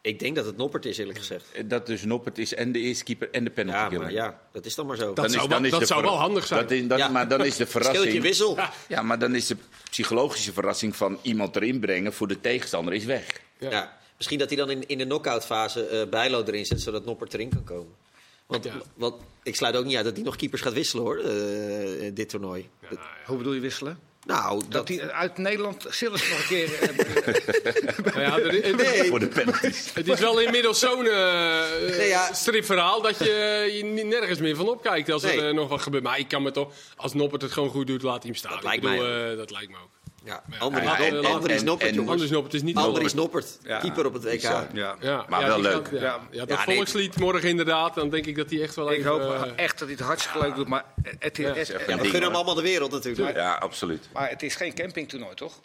ik denk dat het Noppert is eerlijk gezegd.
eh, Dat dus Noppert is en de eerste keeper en de penalty
Ja,
killer.
maar ja, dat is dan maar zo.
Dat zou wel- dat
de
zou
ver-
wel handig zijn.
Dat is, dan,
Ja.
Maar dan is de
Scheelt je
verrassing...
wissel.
Ja, maar dan is de psychologische verrassing van iemand erin brengen voor de tegenstander is weg.
Ja. Misschien dat hij dan in, in de knock-outfase eh, Bijlo erin zet, zodat Noppert erin kan komen. Want,
Ja.
want ik sluit ook niet uit dat hij nog keepers gaat wisselen hoor, eh, dit toernooi.
Ja,
Dat-
ja.
Hoe bedoel je wisselen?
Nou, dat,
Dat die uit Nederland Sillis nog een keer. eh,
Nou ja, er- het-
Nee,
Voor de penalties.
Het is wel inmiddels zo'n eh, eh,
Nee, ja.
stripverhaal dat je, eh, je ni- nergens meer van opkijkt als er
Nee.
eh, nog wat gebeurt. Maar ik kan me toch, als Noppert het gewoon goed doet, laat hij hem staan.
Dat lijkt
ik bedoel,
mij
eh, dat lijkt me ook.
ja,
Ja, en-
Andries-
en-
Andries
en-
Noppert,
en-
jongens.
Anders Noppert is niet
Andries
nodig.
Noppert, keeper op het WK.
bizar.
ja.
Ja,
Maar
ja,
wel
die
leuk.
gaat- ja, ja, dat
Ja, nee,
volkslied morgen inderdaad, dan denk ik dat hij echt wel
Ik
even,
hoop
eh,
echt dat hij het hartstikke leuk doet. Maar het, is- het-
echt
Ja,
een
we
ding,
gunnen hem
hoor.
allemaal de wereld natuurlijk.
Ja, absoluut.
maar het is geen campingtoernooi, toch?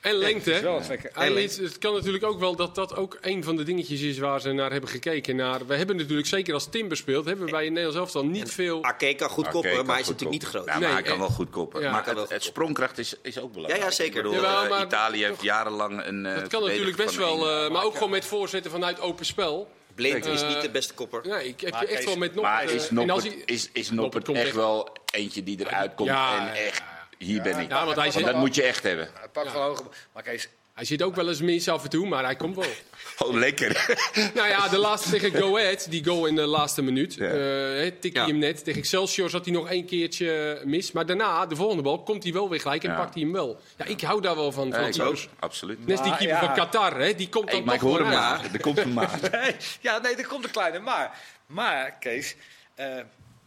En lengte,
Het is
hè?
wel een gekke-
En het, het kan natuurlijk ook wel dat dat ook een van de dingetjes is waar ze naar hebben gekeken. Naar, we hebben natuurlijk, zeker als Timber speelt, hebben we bij een Nederlands elftal niet veel...
Ake kan goed
Oké,
koppen,
kan
maar hij is
goed
natuurlijk niet groot.
koppen. Ja, maar
Nee,
hij kan
eh,
wel goed koppen.
ja.
maar
Kan wel
het,
goed
het sprongkracht is, is ook belangrijk.
Ja, ja, zeker.
Ik bedoel,
Jawel,
eh,
maar
Italië heeft
toch-
jarenlang een. eh,
Dat kan natuurlijk
verdediger
best
van
wel,
één,
eh,
eh,
maar ook gewoon met voorzetten vanuit open spel.
Blind is
Eh,
niet de beste kopper.
Nee, ik heb
Maar
je echt
Kees-
wel met Noppert...
Maar
eh,
is
en als
Noppert,
hij-
is, is
Noppert
Noppert
komt
echt
echt-
wel eentje die eruit komt
Ja, ja,
en echt, hier ben ik.
Ja, want hij
En dat
zit,
moet je echt hebben.
Hij pakt wel hoger. Maar Kees,
hij zit ook wel eens mis af en toe, maar hij komt wel.
Oh, lekker.
nou ja, de laatste tegen Go Ahead, die goal in de laatste minuut.
Ja.
eh hè, tikte
Ja.
hij hem net. Tegen Excelsior zat hij nog één keertje mis. Maar daarna, de volgende bal, komt hij wel weer gelijk en
Ja.
pakt hij hem wel. Ja, ik hou daar wel van.
Ja,
van
ik
zo'n-
ook. Absoluut.
Net die
Maar
keeper
ja.
van Qatar, hè, die komt dan
Hey, maar ik
toch
hoor hem
gewoon uit.
maar. Er komt een maar.
Nee, ja, nee, er komt een kleine maar. Maar, Kees, eh,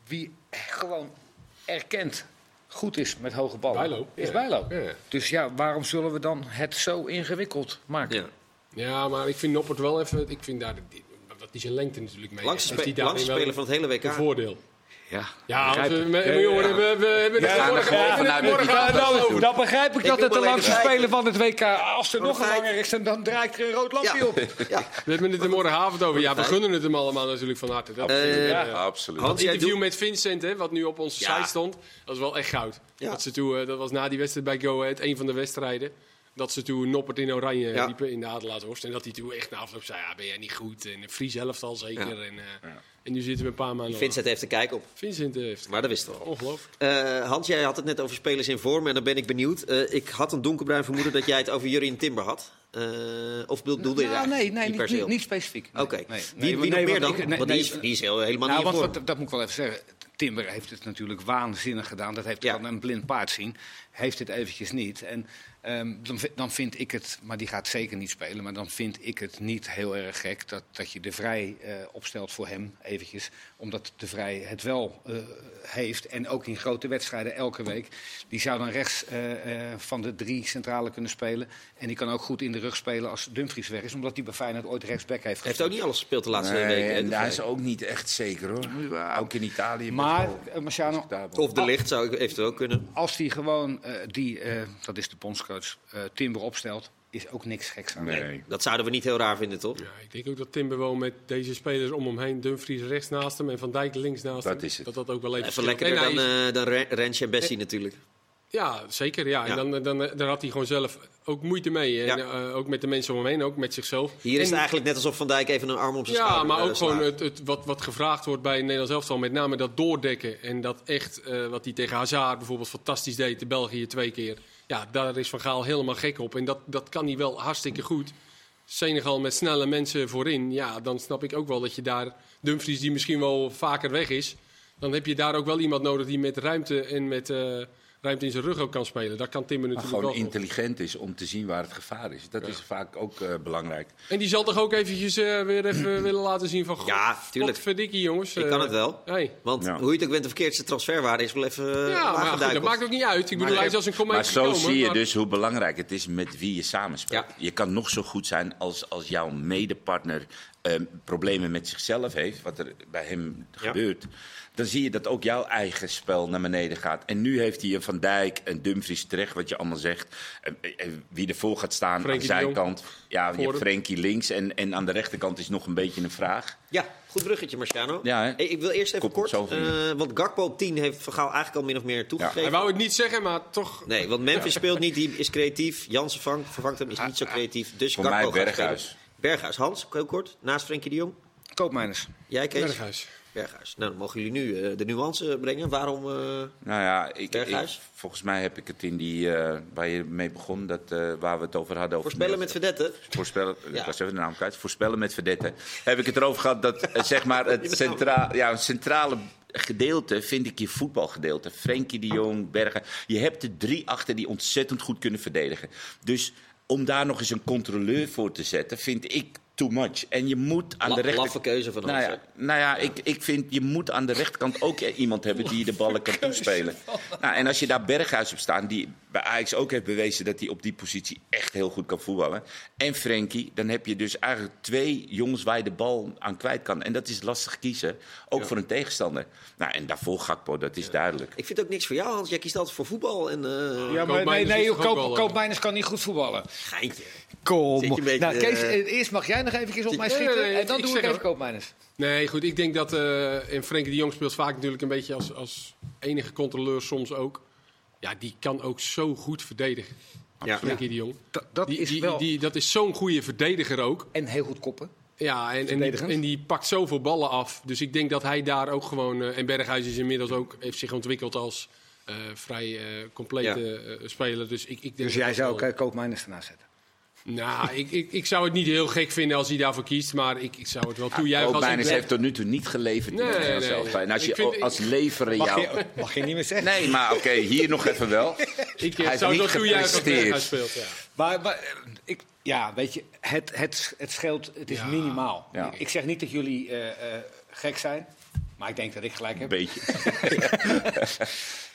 wie gewoon erkend goed is met hoge ballen,
Bijlo.
is
Ja.
Bijlo.
Ja.
Dus ja, waarom zullen we dan het zo ingewikkeld maken?
Ja.
Ja, maar ik vind Noppert wel even... Ik vind daar... die- Dat is zijn lengte natuurlijk mee.
Langste,
Heeft
spe-
hij daarin
langste
wel
speler van het hele
een
WK.
voordeel.
Ja,
Ja, want
begrijp
we,
ik.
we- jongen, we, we hebben het
gaan er
morgen,
gewoon
we hebben het
vanuit dat
morgen
hij
aan
dat
het
doet.
over.
Nou, Dan begrijp ik dat
wil
het de
alleen
langste
begrijpen.
speler van het WK... Als er nog
feit-
langer is, dan- dan draait er een rood lampje
Ja.
op.
Ja.
We hebben het er morgenavond over. Ja, we gunnen het hem allemaal natuurlijk van harte. Dat
Ja, absoluut.
Eh, Hans,
Het
jij
interview
doet-
met Vincent, hè, wat nu op onze
Ja.
site stond, dat was wel echt goud.
Ja.
Dat, ze toen, eh, dat was na die wedstrijd bij Go Ahead, een van de wedstrijden. Dat ze toen Noppert in oranje
Ja.
liepen in de Adelaarshorst. En dat hij toen echt na afloop zei, ja, ben jij niet goed? En eh, Fries helft al zeker. En, eh, en nu zitten we een paar maanden
Vincent heeft er kijk op,
later. Vincent eh, heeft.
maar dat wist wel.
Ongelooflijk.
Eh, Hans, jij had het net over spelers in vorm en dan ben ik benieuwd. Eh, ik had een donkerbruin vermoeden dat jij het over Jurien Timber had. Eh, of bedoelde je
Nou,
daar
nee, nee,
per
niet,
se
niet,
op?
niet specifiek. Nee,
Oké,
nee,
wie,
nee,
wie nog
nee,
meer
want
dan?
ik- nee,
want
nee,
die is, die is heel, helemaal niet
Nou, want,
in
want
vorm.
dat- dat moet ik wel even zeggen. Timber heeft het natuurlijk waanzinnig gedaan. Dat heeft
Ja.
kan een blind paard zien. Heeft het eventjes niet. En ehm, dan, vi- dan vind ik het, maar die gaat zeker niet spelen. Maar dan vind ik het niet heel erg gek dat, dat je de Vrij eh, opstelt voor hem eventjes. Omdat de Vrij het wel eh, heeft. En ook in grote wedstrijden elke week. Die zou dan rechts eh, eh, van de drie centrale kunnen spelen. En die kan ook goed in de rug spelen als Dumfries weg is. Omdat die bij Feyenoord ooit rechtsback heeft
Hij heeft
gespeeld.
ook niet alles gespeeld de laatste
Nee,
weken. hè,
en
de
hij
Vrij.
is ook niet echt zeker hoor. Ook in Italië. best
Maar,
wel
eh, Marciano,
acceptabel.
Of de licht zou ik eventueel ook kunnen.
als die gewoon eh, die, eh, dat is de bondscoach, eh, Timber opstelt, is ook niks geks aan.
Nee.
Dat zouden we niet heel raar vinden, toch?
Ja, ik denk ook dat Timber wel met deze spelers om hem heen, Dumfries rechts naast hem en Van Dijk links naast
Dat
hem,
is het.
dat dat ook wel even
Even
scheelt.
lekkerder
En hij
dan,
is-
eh dan Ren- Rensje en Bessie natuurlijk.
Ja, zeker. Ja.
Ja.
En dan, dan, dan had hij gewoon zelf ook moeite mee.
Ja.
En eh, ook met de mensen om hem heen, ook met zichzelf.
Hier is
En-
het eigenlijk net alsof Van Dijk even een arm om zijn
Ja,
schouder
maar
eh,
ook gewoon
slaat.
het, het, wat, wat gevraagd wordt bij Nederlands elftal. Met name dat doordekken. En dat echt, eh, wat hij tegen Hazard bijvoorbeeld fantastisch deed. De België twee keer. Ja, daar is Van Gaal helemaal gek op. En dat, dat kan hij wel hartstikke goed. Senegal met snelle mensen voorin. Ja, dan snap ik ook wel dat je daar... Dumfries, die misschien wel vaker weg is. Dan heb je daar ook wel iemand nodig die met ruimte en met... eh, Ruimte in zijn rug ook kan spelen. Dat kan Timmer
Maar
natuurlijk
gewoon
wel.
intelligent is om te zien waar het gevaar is. Dat is vaak ook eh, belangrijk.
En die zal toch ook eventjes eh, weer even willen laten zien van...
Ja, tuurlijk.
Verdikkie, jongens.
Ik
eh,
kan het wel.
Hey.
Want
Ja.
hoe je het ook bent of verkeerd, zijn transferwaarde is wel even eh, laag
Ja, maar goed, dat
geduikeld.
maakt ook niet uit. Ik bedoel, hij is als een comment
Maar zo
gekomen,
zie je
maar-
dus hoe belangrijk het is met wie je samenspeelt.
Ja.
Je kan nog zo goed zijn als, als jouw medepartner eh, problemen met zichzelf heeft, wat er bij hem gebeurt. Dan zie je dat ook jouw eigen spel naar beneden gaat. En nu heeft hij een Van Dijk, een Dumfries terecht, wat je allemaal zegt. Eh, eh, wie ervoor gaat staan
Frenkie
aan
de
zijn
Jong.
kant. Ja, je hebt
Voor hem.
Frenkie links en, en aan de rechterkant is nog een beetje een vraag.
Ja, goed bruggetje, Marciano.
Ja, hè?
Hey, ik wil eerst even
Komt
kort,
zo van
eh, want Gakpo op 10 heeft Van Gaal eigenlijk al min of meer toegegeven.
Hij wou het niet zeggen, maar toch...
Nee, want Memphis speelt niet, die is creatief. Jansen vang- vervangt hem, is niet zo creatief. Dus
Ah, Voor
Gakpo
mij
gaat
Berghuis.
spelen. Berghuis. Hans, heel kort, naast Frenkie de Jong.
Koopmijners.
Jij, Kees?
Berghuis.
Berghuis. Nou, dan mogen jullie nu eh, de nuance brengen. Waarom... eh,
Nou ja, ik,
Berghuis?
ik- volgens mij heb ik het in die eh, waar je mee begon, dat, eh, waar we het over hadden. Over
Voorspellen met verdette.
Voorspellen,
Ja.
ik was even de naam kwijt. Voorspellen met verdette. Heb ik het erover gehad dat eh, zeg maar het centraal, ja, een centrale gedeelte vind ik je voetbalgedeelte. Frenkie de Jong, Bergen. Je hebt er drie achter die ontzettend goed kunnen verdedigen. Dus om daar nog eens een controleur voor te zetten, vind ik too much. En je moet aan
La-
de rechter...
laffe keuze van
nou
ons,
ja, nou ja, Ik, ik vind je moet aan de rechterkant ook iemand hebben die je de ballen kan toespelen. Nou, en als je daar Berghuis op staat, die bij Ajax ook heeft bewezen dat hij op die positie echt heel goed kan voetballen. En Frenkie, dan heb je dus eigenlijk twee jongens waar je de bal aan kwijt kan. En dat is lastig kiezen, ook voor een tegenstander. Nou, en daarvoor Gakpo, dat is duidelijk.
Ik vind ook niks voor jou, Hans. Jij kiest altijd voor voetbal. En, eh,
Ja, maar, nee,
Koopmeiners
nee,
is
joh,
toch ook
Koop-
wel,
Koopmeiners kan niet goed voetballen.
geintje.
Kom.
Zit je een beetje,
Nou, Kees,
eh,
eh, eerst mag jij nog even op
Nee,
mij
nee,
schieten.
nee,
en dan
ik
doe
zeg
ik even
hoor.
Koopmeiners.
Nee, goed. Ik denk dat. eh, en Frenkie de Jong speelt vaak natuurlijk een beetje als, als enige controleur, soms ook. Ja, die kan ook zo goed verdedigen.
Ja.
Frenkie de Jong.
Dat- dat
die,
is
die,
wel-
die- Dus dat is zo'n goede verdediger ook.
En heel goed koppen.
Ja, en, en, die,
Verdedigend.
en die pakt zoveel ballen af. Dus ik denk dat hij daar ook gewoon. eh, en Berghuis is inmiddels ook. heeft zich ontwikkeld als eh, vrij eh, complete eh, speler. Dus ik, ik denk
Dus
dat
jij
dat
zou
wel-
ook eh, Koopmeiners ernaast zetten.
Nou, ik, ik, ik zou het niet heel gek vinden als hij daarvoor kiest. Maar ik, ik zou het wel toejuichen als
Koopmeiners
ik-
heeft tot nu toe niet geleverd.
Nee,
in het Nederlands
nee,
elftal. En als
nee.
je
Ik vind-
o- als leveren
Mag,
jou...
je, mag je niet meer zeggen.
Nee, maar oké, hier nog even wel.
Ik
Hij
eh,
heeft
zou het
niet
wel toejuichen als
gepresteerd.
Berghuis speelt. Ja.
Maar, maar, eh, ik, ja, weet je, het, het, het scheelt, het is
Ja.
minimaal.
Ja.
Ik zeg niet dat jullie eh, eh, gek zijn, maar ik denk dat ik gelijk
Een
heb.
beetje.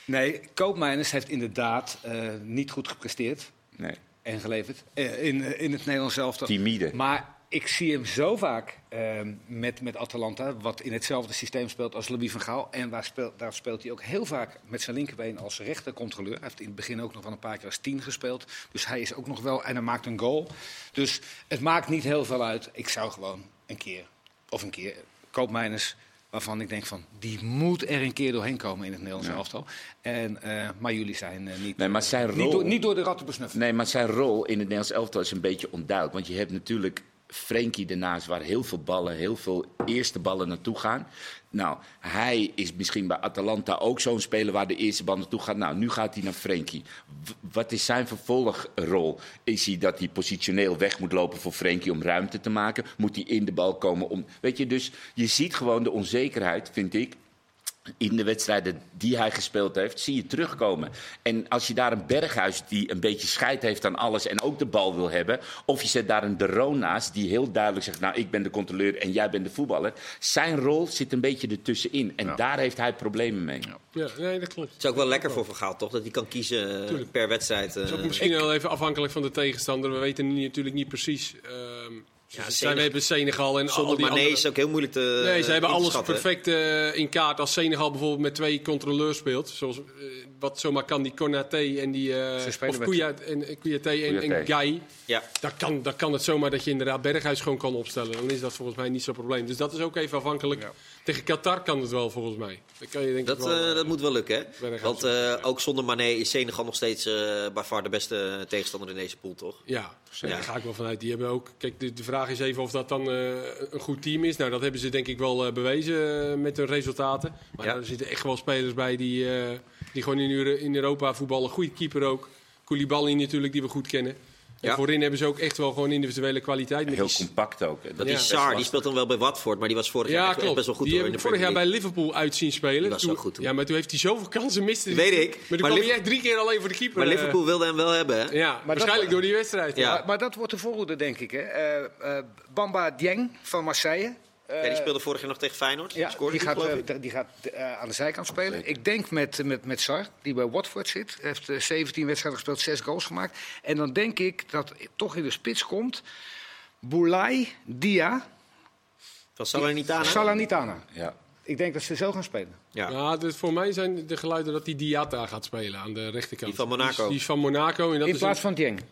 Nee, Koopmeiners heeft inderdaad eh, niet goed gepresteerd
Nee.
en geleverd eh, in, eh, in het Nederlands zelf.
Timide.
Maar ik zie hem zo vaak eh, met, met Atalanta, wat in hetzelfde systeem speelt als Louis van Gaal. En waar speelt, daar speelt hij ook heel vaak met zijn linkerbeen als rechtercontroleur. Hij heeft in het begin ook nog wel een paar keer als tien gespeeld. Dus hij is ook nog wel, en hij maakt een goal. Dus het maakt niet heel veel uit. Ik zou gewoon een keer, of een keer, koopmijners waarvan ik denk van, die moet er een keer doorheen komen in het Nederlandse elftal. En, eh, maar jullie zijn eh, niet,
Nee, maar zijn rol...
niet, door, niet door de rat te besnuffelen.
Nee, maar zijn rol in het Nederlands elftal is een beetje onduidelijk. Want je hebt natuurlijk Frenkie daarnaast, waar heel veel ballen, heel veel eerste ballen naartoe gaan. Nou, hij is misschien bij Atalanta ook zo'n speler waar de eerste bal naartoe gaat. Nou, nu gaat hij naar Frenkie. W- wat is zijn vervolgrol? Is hij dat hij positioneel weg moet lopen voor Frenkie om ruimte te maken? Moet hij in de bal komen om... Weet je, dus je ziet gewoon de onzekerheid, vind ik, in de wedstrijden die hij gespeeld heeft, zie je terugkomen. En als je daar een Berghuis die een beetje scheid heeft aan alles en ook de bal wil hebben... of je zet daar een De Roon naast die heel duidelijk zegt... nou, ik ben de controleur en jij bent de voetballer. Zijn rol zit een beetje ertussenin. En daar heeft hij problemen mee.
Ja, nee, dat klopt.
Het is ook wel lekker voor Van Gaal, toch? Dat hij kan kiezen eh,
Tuurlijk.
per wedstrijd. eh.
Ook misschien wel even afhankelijk van de tegenstander. We weten niet- natuurlijk niet precies. ehm ja,
Senegal-
zijn we hebben Senegal en al
zonder
die
Mané
andere-
is ook heel moeilijk te eh,
Nee, ze hebben
in te
alles
schatten, hè?
perfect eh, in kaart. Als Senegal bijvoorbeeld met twee controleurs speelt, zoals eh, wat zomaar kan die Konaté en die eh,
Ze spelen
of
met-
Kouya- en eh, Kouyaté en, en
Kouyaté.
Guy,
Ja.
dan kan, dan kan het zomaar dat je inderdaad Berghuis gewoon kan opstellen. Dan is dat volgens mij niet zo'n probleem. Dus dat is ook even afhankelijk. Tegen Qatar kan het wel volgens mij. Dan kan je denk ik
Dat,
wel,
eh,
eh,
dat moet wel lukken, hè?
Berghuis
Want eh, ook zonder Mané is Senegal nog steeds eh by far de beste tegenstander in deze pool, toch?
Ja,
Zeker.
daar ga ik wel vanuit. Die hebben ook. Kijk, de, de vraag is even of dat dan eh, een goed team is. Nou, dat hebben ze denk ik wel eh, bewezen eh, met hun resultaten. Maar
Ja.
daar zitten echt wel spelers bij die, eh, die gewoon in, Euro- in Europa voetballen. Goede keeper ook. Koulibaly natuurlijk, die we goed kennen. En
Ja.
voorin hebben ze ook echt wel gewoon individuele kwaliteit. Met
Heel
die s-
compact ook. Dat
Dat
is
is
best
Saar, die
lastig.
speelt dan wel bij Watford, maar die was vorig jaar
ja,
echt- echt
klopt.
best wel goed.
die
hoor,
heb
in
ik
de
vorig jaar
Premier
bij
League.
Liverpool uit zien spelen.
Die was
Toen-
wel goed, hoor.
Ja, maar toen heeft hij zoveel kansen mist.
Weet ik.
Maar
Maar
toen kwam
Liv-
hij echt drie keer alleen voor de keeper.
Maar
eh,
Liverpool wilde hem wel hebben, hè?
ja, waarschijnlijk door die wedstrijd.
Ja.
Maar, maar dat wordt de voorhoede, denk ik. Hè. Eh, eh, Bamba Dieng van Marseille. Eh,
Ja, die speelde vorig jaar nog tegen Feyenoord.
ja,
Scoorde
die
die,
gaat,
geloof
eh,
ik.
d- die gaat eh, aan de zijkant spelen. Ik denk met, eh, met, met Sar, die bij Watford zit. Heeft eh, 17 wedstrijden gespeeld, 6 goals gemaakt. En dan denk ik dat toch in de spits komt... Boulay Dia
Van Salernitana.
Salernitana.
Ja.
Ik denk dat ze zo gaan spelen.
Ja.
Ja, dus voor mij zijn de geluiden dat die Diata gaat spelen aan de rechterkant.
Die van Monaco.
Die is, die is van Monaco. En dat
in
is
plaats
een-
van Dieng.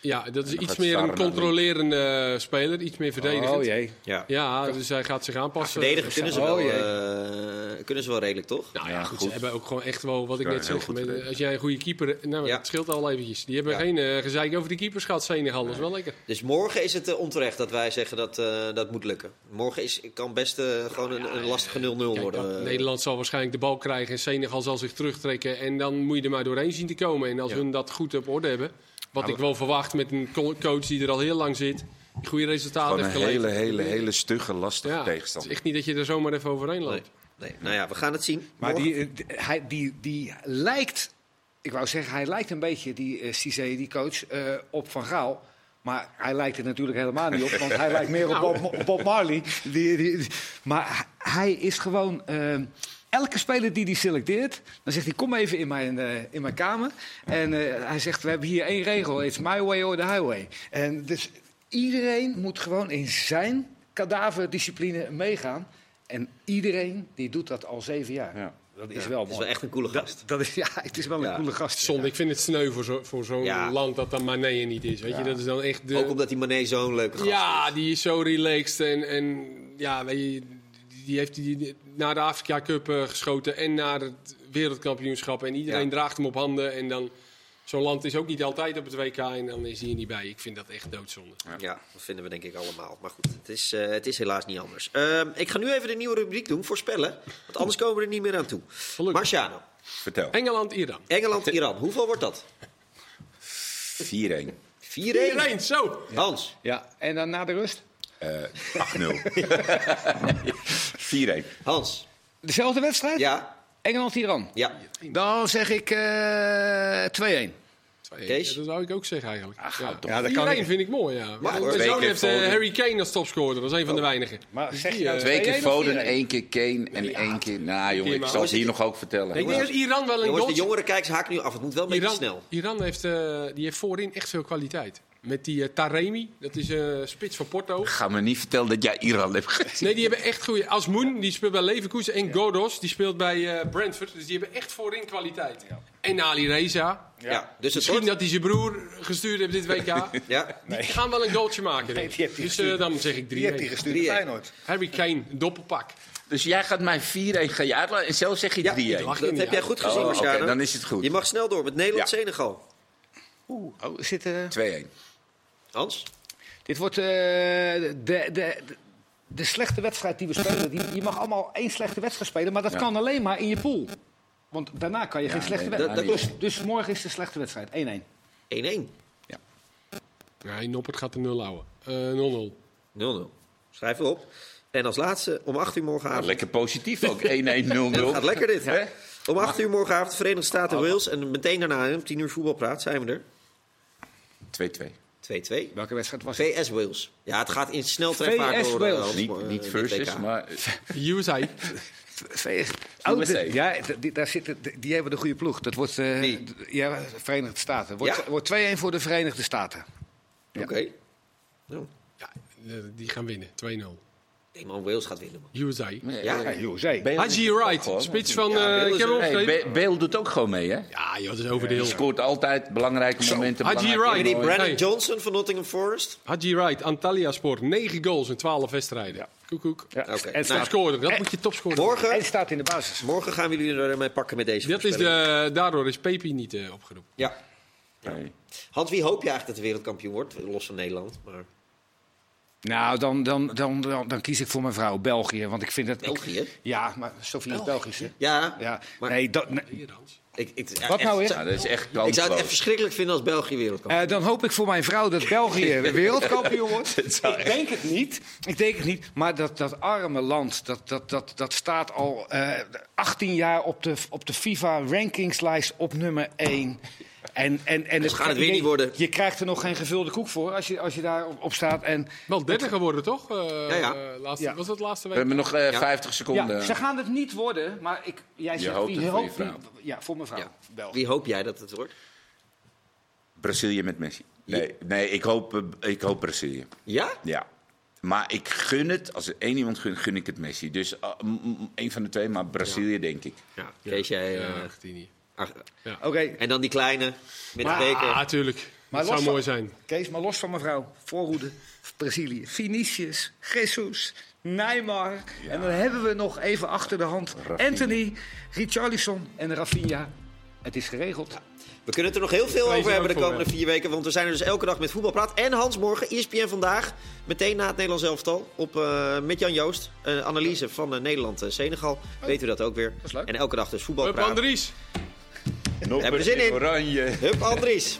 ja, dat is iets
gaat
meer
Sar
een
naar links.
controlerende eh, speler. Iets meer verdedigend.
Oh jee.
ja.
Ja, dus hij gaat zich aanpassen.
Verdedigen kunnen ze,
Oh,
wel,
jee.
eh, kunnen ze wel redelijk, toch?
Nou ja,
Ja,
goed.
goed.
Ze hebben ook gewoon echt wel, wat ik
Ja,
net
heel
zeg.
goed
met-
verdedigd.
als jij een goede keeper... Nou, maar
Ja.
dat scheelt al eventjes. Die hebben geen eh, gezeik over de keepers gehad. Senegal, dat is wel lekker.
Dus morgen is het eh, onterecht dat wij zeggen dat eh, dat moet lukken. Morgen is, kan best eh, gewoon een, een lastige 0-0
Kijk,
worden.
dat-
Eh,
Nederland zal waarschijnlijk de bal krijgen en Senegal zal zich terugtrekken. En dan moet je er maar doorheen zien te komen. En als hun dat goed op orde hebben, wat
Nou,
ik wel verwacht met een co- coach die er al heel lang zit, die goede resultaten
Gewoon
heeft
een
geleverd.
hele, hele, hele stugge, lastige
ja, het is
tegenstander.
echt niet dat je er zomaar even overheen loopt.
Nee. Nou ja, we gaan het zien.
Maar
Morgen.
die, eh, d- hij, die, die lijkt, ik wou zeggen, hij lijkt een beetje, die eh Cissé, die coach, eh, op Van Gaal. Maar hij lijkt er natuurlijk helemaal niet op, want hij lijkt meer op Bob, op Bob Marley. Die, die, die- maar hij is gewoon, eh, elke speler die die selecteert, dan zegt hij, kom even in mijn, eh, in mijn kamer. En eh, hij zegt, we hebben hier één regel, it's my way or the highway. En dus iedereen moet gewoon in zijn kadaverdiscipline meegaan. En iedereen die doet dat al zeven jaar.
Ja.
Dat is wel
Het is
mooi.
wel echt een coole gast.
Dat is, ja, het is wel een
Ja.
coole gast.
Zonde, ik vind het sneu voor zo'n voor zo'n
Ja.
land dat dan Mané niet is. Weet je, dat is dan echt de...
Ook omdat die Mané zo'n leuke gast
ja,
is.
die is zo relaxed en, en ja, weet je, die heeft die, die- naar de Afrika Cup eh, geschoten en naar het wereldkampioenschap. En iedereen
Ja.
draagt hem op handen en dan... Zo'n land is ook niet altijd op het WK en dan is hij er niet bij. Ik vind dat echt doodzonde.
Ja, dat vinden we denk ik allemaal. Maar goed, het is, eh, het is helaas niet anders. Ehm, ik ga nu even de nieuwe rubriek doen, voorspellen. Want anders komen we er niet meer aan toe.
Gelukkig.
Marciano,
Vertel. 4-1.
Engeland, Iran.
Engeland, Iran. Hoeveel wordt dat? 4-1.
Iedereen, zo!
Hans,
Ja, en dan na de rust?
Eh, 8-0. 4-1.
Hans.
Dezelfde wedstrijd?
Ja,
Engeland-Iran.
ja.
Dan zeg ik eh 2-1.
Kees? Ah,
Ja, dat zou ik ook zeggen eigenlijk. ja.
Ja, dat kan
Iedereen
niet.
vind ik mooi, ja.
Mag
Mijn
hoor.
Twee
zoon
keer
heeft eh,
Foden.
Harry Kane als topscorer. Dat is een van de
Oh.
weinigen.
Maar zeg
die,
je nou
eh,
Twee
2-1
keer
of
Foden,
4-1?
één keer Kane en één keer... Nou jongen, ik
maar-
zal het hier nog ook vertellen.
Ik denk dat Iran wel een
Jongens, de
doeltje...
jongere kijkers haken nu af. Het moet wel een beetje
Iran,
snel.
Iran heeft, eh, die heeft voorin echt veel kwaliteit. Met die eh, Taremi, dat is eh spits van Porto.
Ga me niet vertellen dat jij Iran hebt gezien.
Nee, die hebben echt goede... Asmoen, die speelt bij Leverkusen. En Godos, die speelt bij eh, Brentford. Dus die hebben echt voorin kwaliteit. En Ali Reza.
Ja. dus het
Misschien
wordt...
dat hij zijn broer gestuurd heeft dit WK.
Ja,
Die gaan wel een goaltje maken. denk ik.
die heeft hij
dus eh, dan zeg ik
Die heb je
3
gestuurd.
3-1.
Feyenoord.
Harry Kane, doppelpak.
Dus jij gaat mij 4-1 ga je uitlaten en zelf zeg je 3-1.
Ja, ik
lach.
dat heb jij goed gezien,
Oh,
Marciano.
oké, dan is het goed.
Je mag snel door met
Ja.
Nederland-Senegal.
Oh, zit, eh,
2-1.
Hans?
dit wordt eh, de, de, de, de slechte wedstrijd die we spelen. Die, je mag allemaal één slechte wedstrijd spelen, maar dat
Ja.
kan alleen maar in je pool. Want daarna kan je geen slechte
nee,
wedstrijd.
dat- dat
dus, dus morgen is de slechte wedstrijd. 1-1.
1-1.
Nee, Noppert gaat de 0 houden. Eh 0-0.
0-0. Schrijf op. En als laatste, om 8 uur
Nou,
morgenavond.
lekker positief ook, 1-1-0-0.
Het gaat lekker dit.
Hè? Oh.
Om 8 uur morgenavond, Verenigde Staten, Wales. En meteen daarna, hè, om 10 uur voetbalpraat, zijn we er.
2-2.
2-2.
Welke wedstrijd was het?
VS Wales. Ja, het gaat in snel trefvaart
VS
door.
Wales.
eh,
Niet,
eh,
niet
dit
versus,
WK.
maar...
USA.
VS. Oh,
USA.
dit- ja, d- die, daar zitten, d- die hebben de goede ploeg. Dat wordt eh, d- ja, Verenigde Staten. Wordt,
Ja.
wordt 2-1 voor de Verenigde Staten.
Oké. Nou,
Ja, eh, die gaan winnen. 2-0.
nee, man, Wales gaat winnen. Man.
USA.
Ja.
eh,
Ja, USA.
Bale
Haji
doet ook
Wright,
gewoon.
spits van... eh,
Ja,
ik heb hem
Wales,
Hey,
opgeschreven.
Ba- Bale doet ook gewoon mee, hè?
Ja, joh, dat is over de
Die
heel.
scoort altijd belangrijke momenten.
Haji
belangrijke
Wright.
Die
ingooi.
Brandon
Hey.
Johnson van Nottingham Forest.
Haji Wright, Antalya Sport. 9 goals in 12 wedstrijden. Koek, koek.
Ja.
Oké.
En,
Nou,
staat,
Topscorer, dat moet je topscorer
Morgen,
en staat in de basis.
morgen gaan we jullie ermee pakken met deze
Dat is
voorspelling.
de, daardoor is Pepi niet eh, opgeroepen.
Ja.
Nee.
Hans, wie hoop je eigenlijk dat de wereldkampioen wordt? Los van Nederland. Maar...
Nou, dan, dan, dan, dan, dan kies ik voor mijn vrouw België. Want ik vind dat. ik-
België?
ja, maar Sofie is Belgisch. hè?
Ja,
Ja,
maar
nee, dat, nee.
Hier, Hans.
ik, ik, ja,
Wat nou
echt,
weer?
Nou, dat is echt
Ik zou het
kansloos.
echt verschrikkelijk vinden als België wereldkampioen
Eh, dan hoop ik voor mijn vrouw dat België wereldkampioen wordt. Ik denk het niet. Ik denk het niet. Maar dat, dat arme land, dat, dat, dat, dat staat al eh, 18 jaar op de, op de FIFA-rankingslijst op nummer 1. En, en, en
gaat het weer
je-
niet worden.
Je krijgt er nog geen gevulde koek voor als je, als je daar op, op staat. En,
Wel 30 geworden, toch? Eh,
Ja, ja.
eh, laatste,
Ja.
Was dat laatste
We
week?
hebben nog eh,
Ja.
50
ja,
seconden.
ze gaan het niet worden, maar ik, jij
Je
zegt...
hoopt
wie
het voor
hoopt-
je vrouw.
wie- Ja, voor mijn vrouw.
Ja.
België.
Wie hoop jij dat het wordt?
Brazilië met Messi. Nee, nee ik, hoop, eh, ik hoop Brazilië.
Ja?
Ja. Maar ik gun het, als er één iemand gun, gun ik het Messi. Dus ah, m- m- één van de twee, maar Brazilië denk ik.
Ja. Kees, jij... eh,
Ja, Argentinië.
ach-
Oké,
en dan die kleine met de
Maar-
beker.
Ah, tuurlijk.
Maar
Dat zou
los van-
mooi zijn.
Kees, maar los van mevrouw. Voorhoede, Brazilië. Vinicius, Jesus, Neymar. En dan hebben we nog even achter de hand Anthony, Richarlison en Rafinha. Het is geregeld.
We kunnen het er nog heel veel
Vrees
over hebben
er
de
ook voor,
komende vier weken. Want we zijn er dus elke dag met voetbalpraat. En Hans E morgen, ESPN vandaag. Meteen na het Nederlands elftal. Op, eh, met Jan Joost. Een analyse van eh, Nederland-Senegal. Weet u dat ook weer.
is leuk.
En elke dag dus
Hup,
voetbalpraat.
Andries.
Hebben we er zin in.
Oranje.
Hup Andries.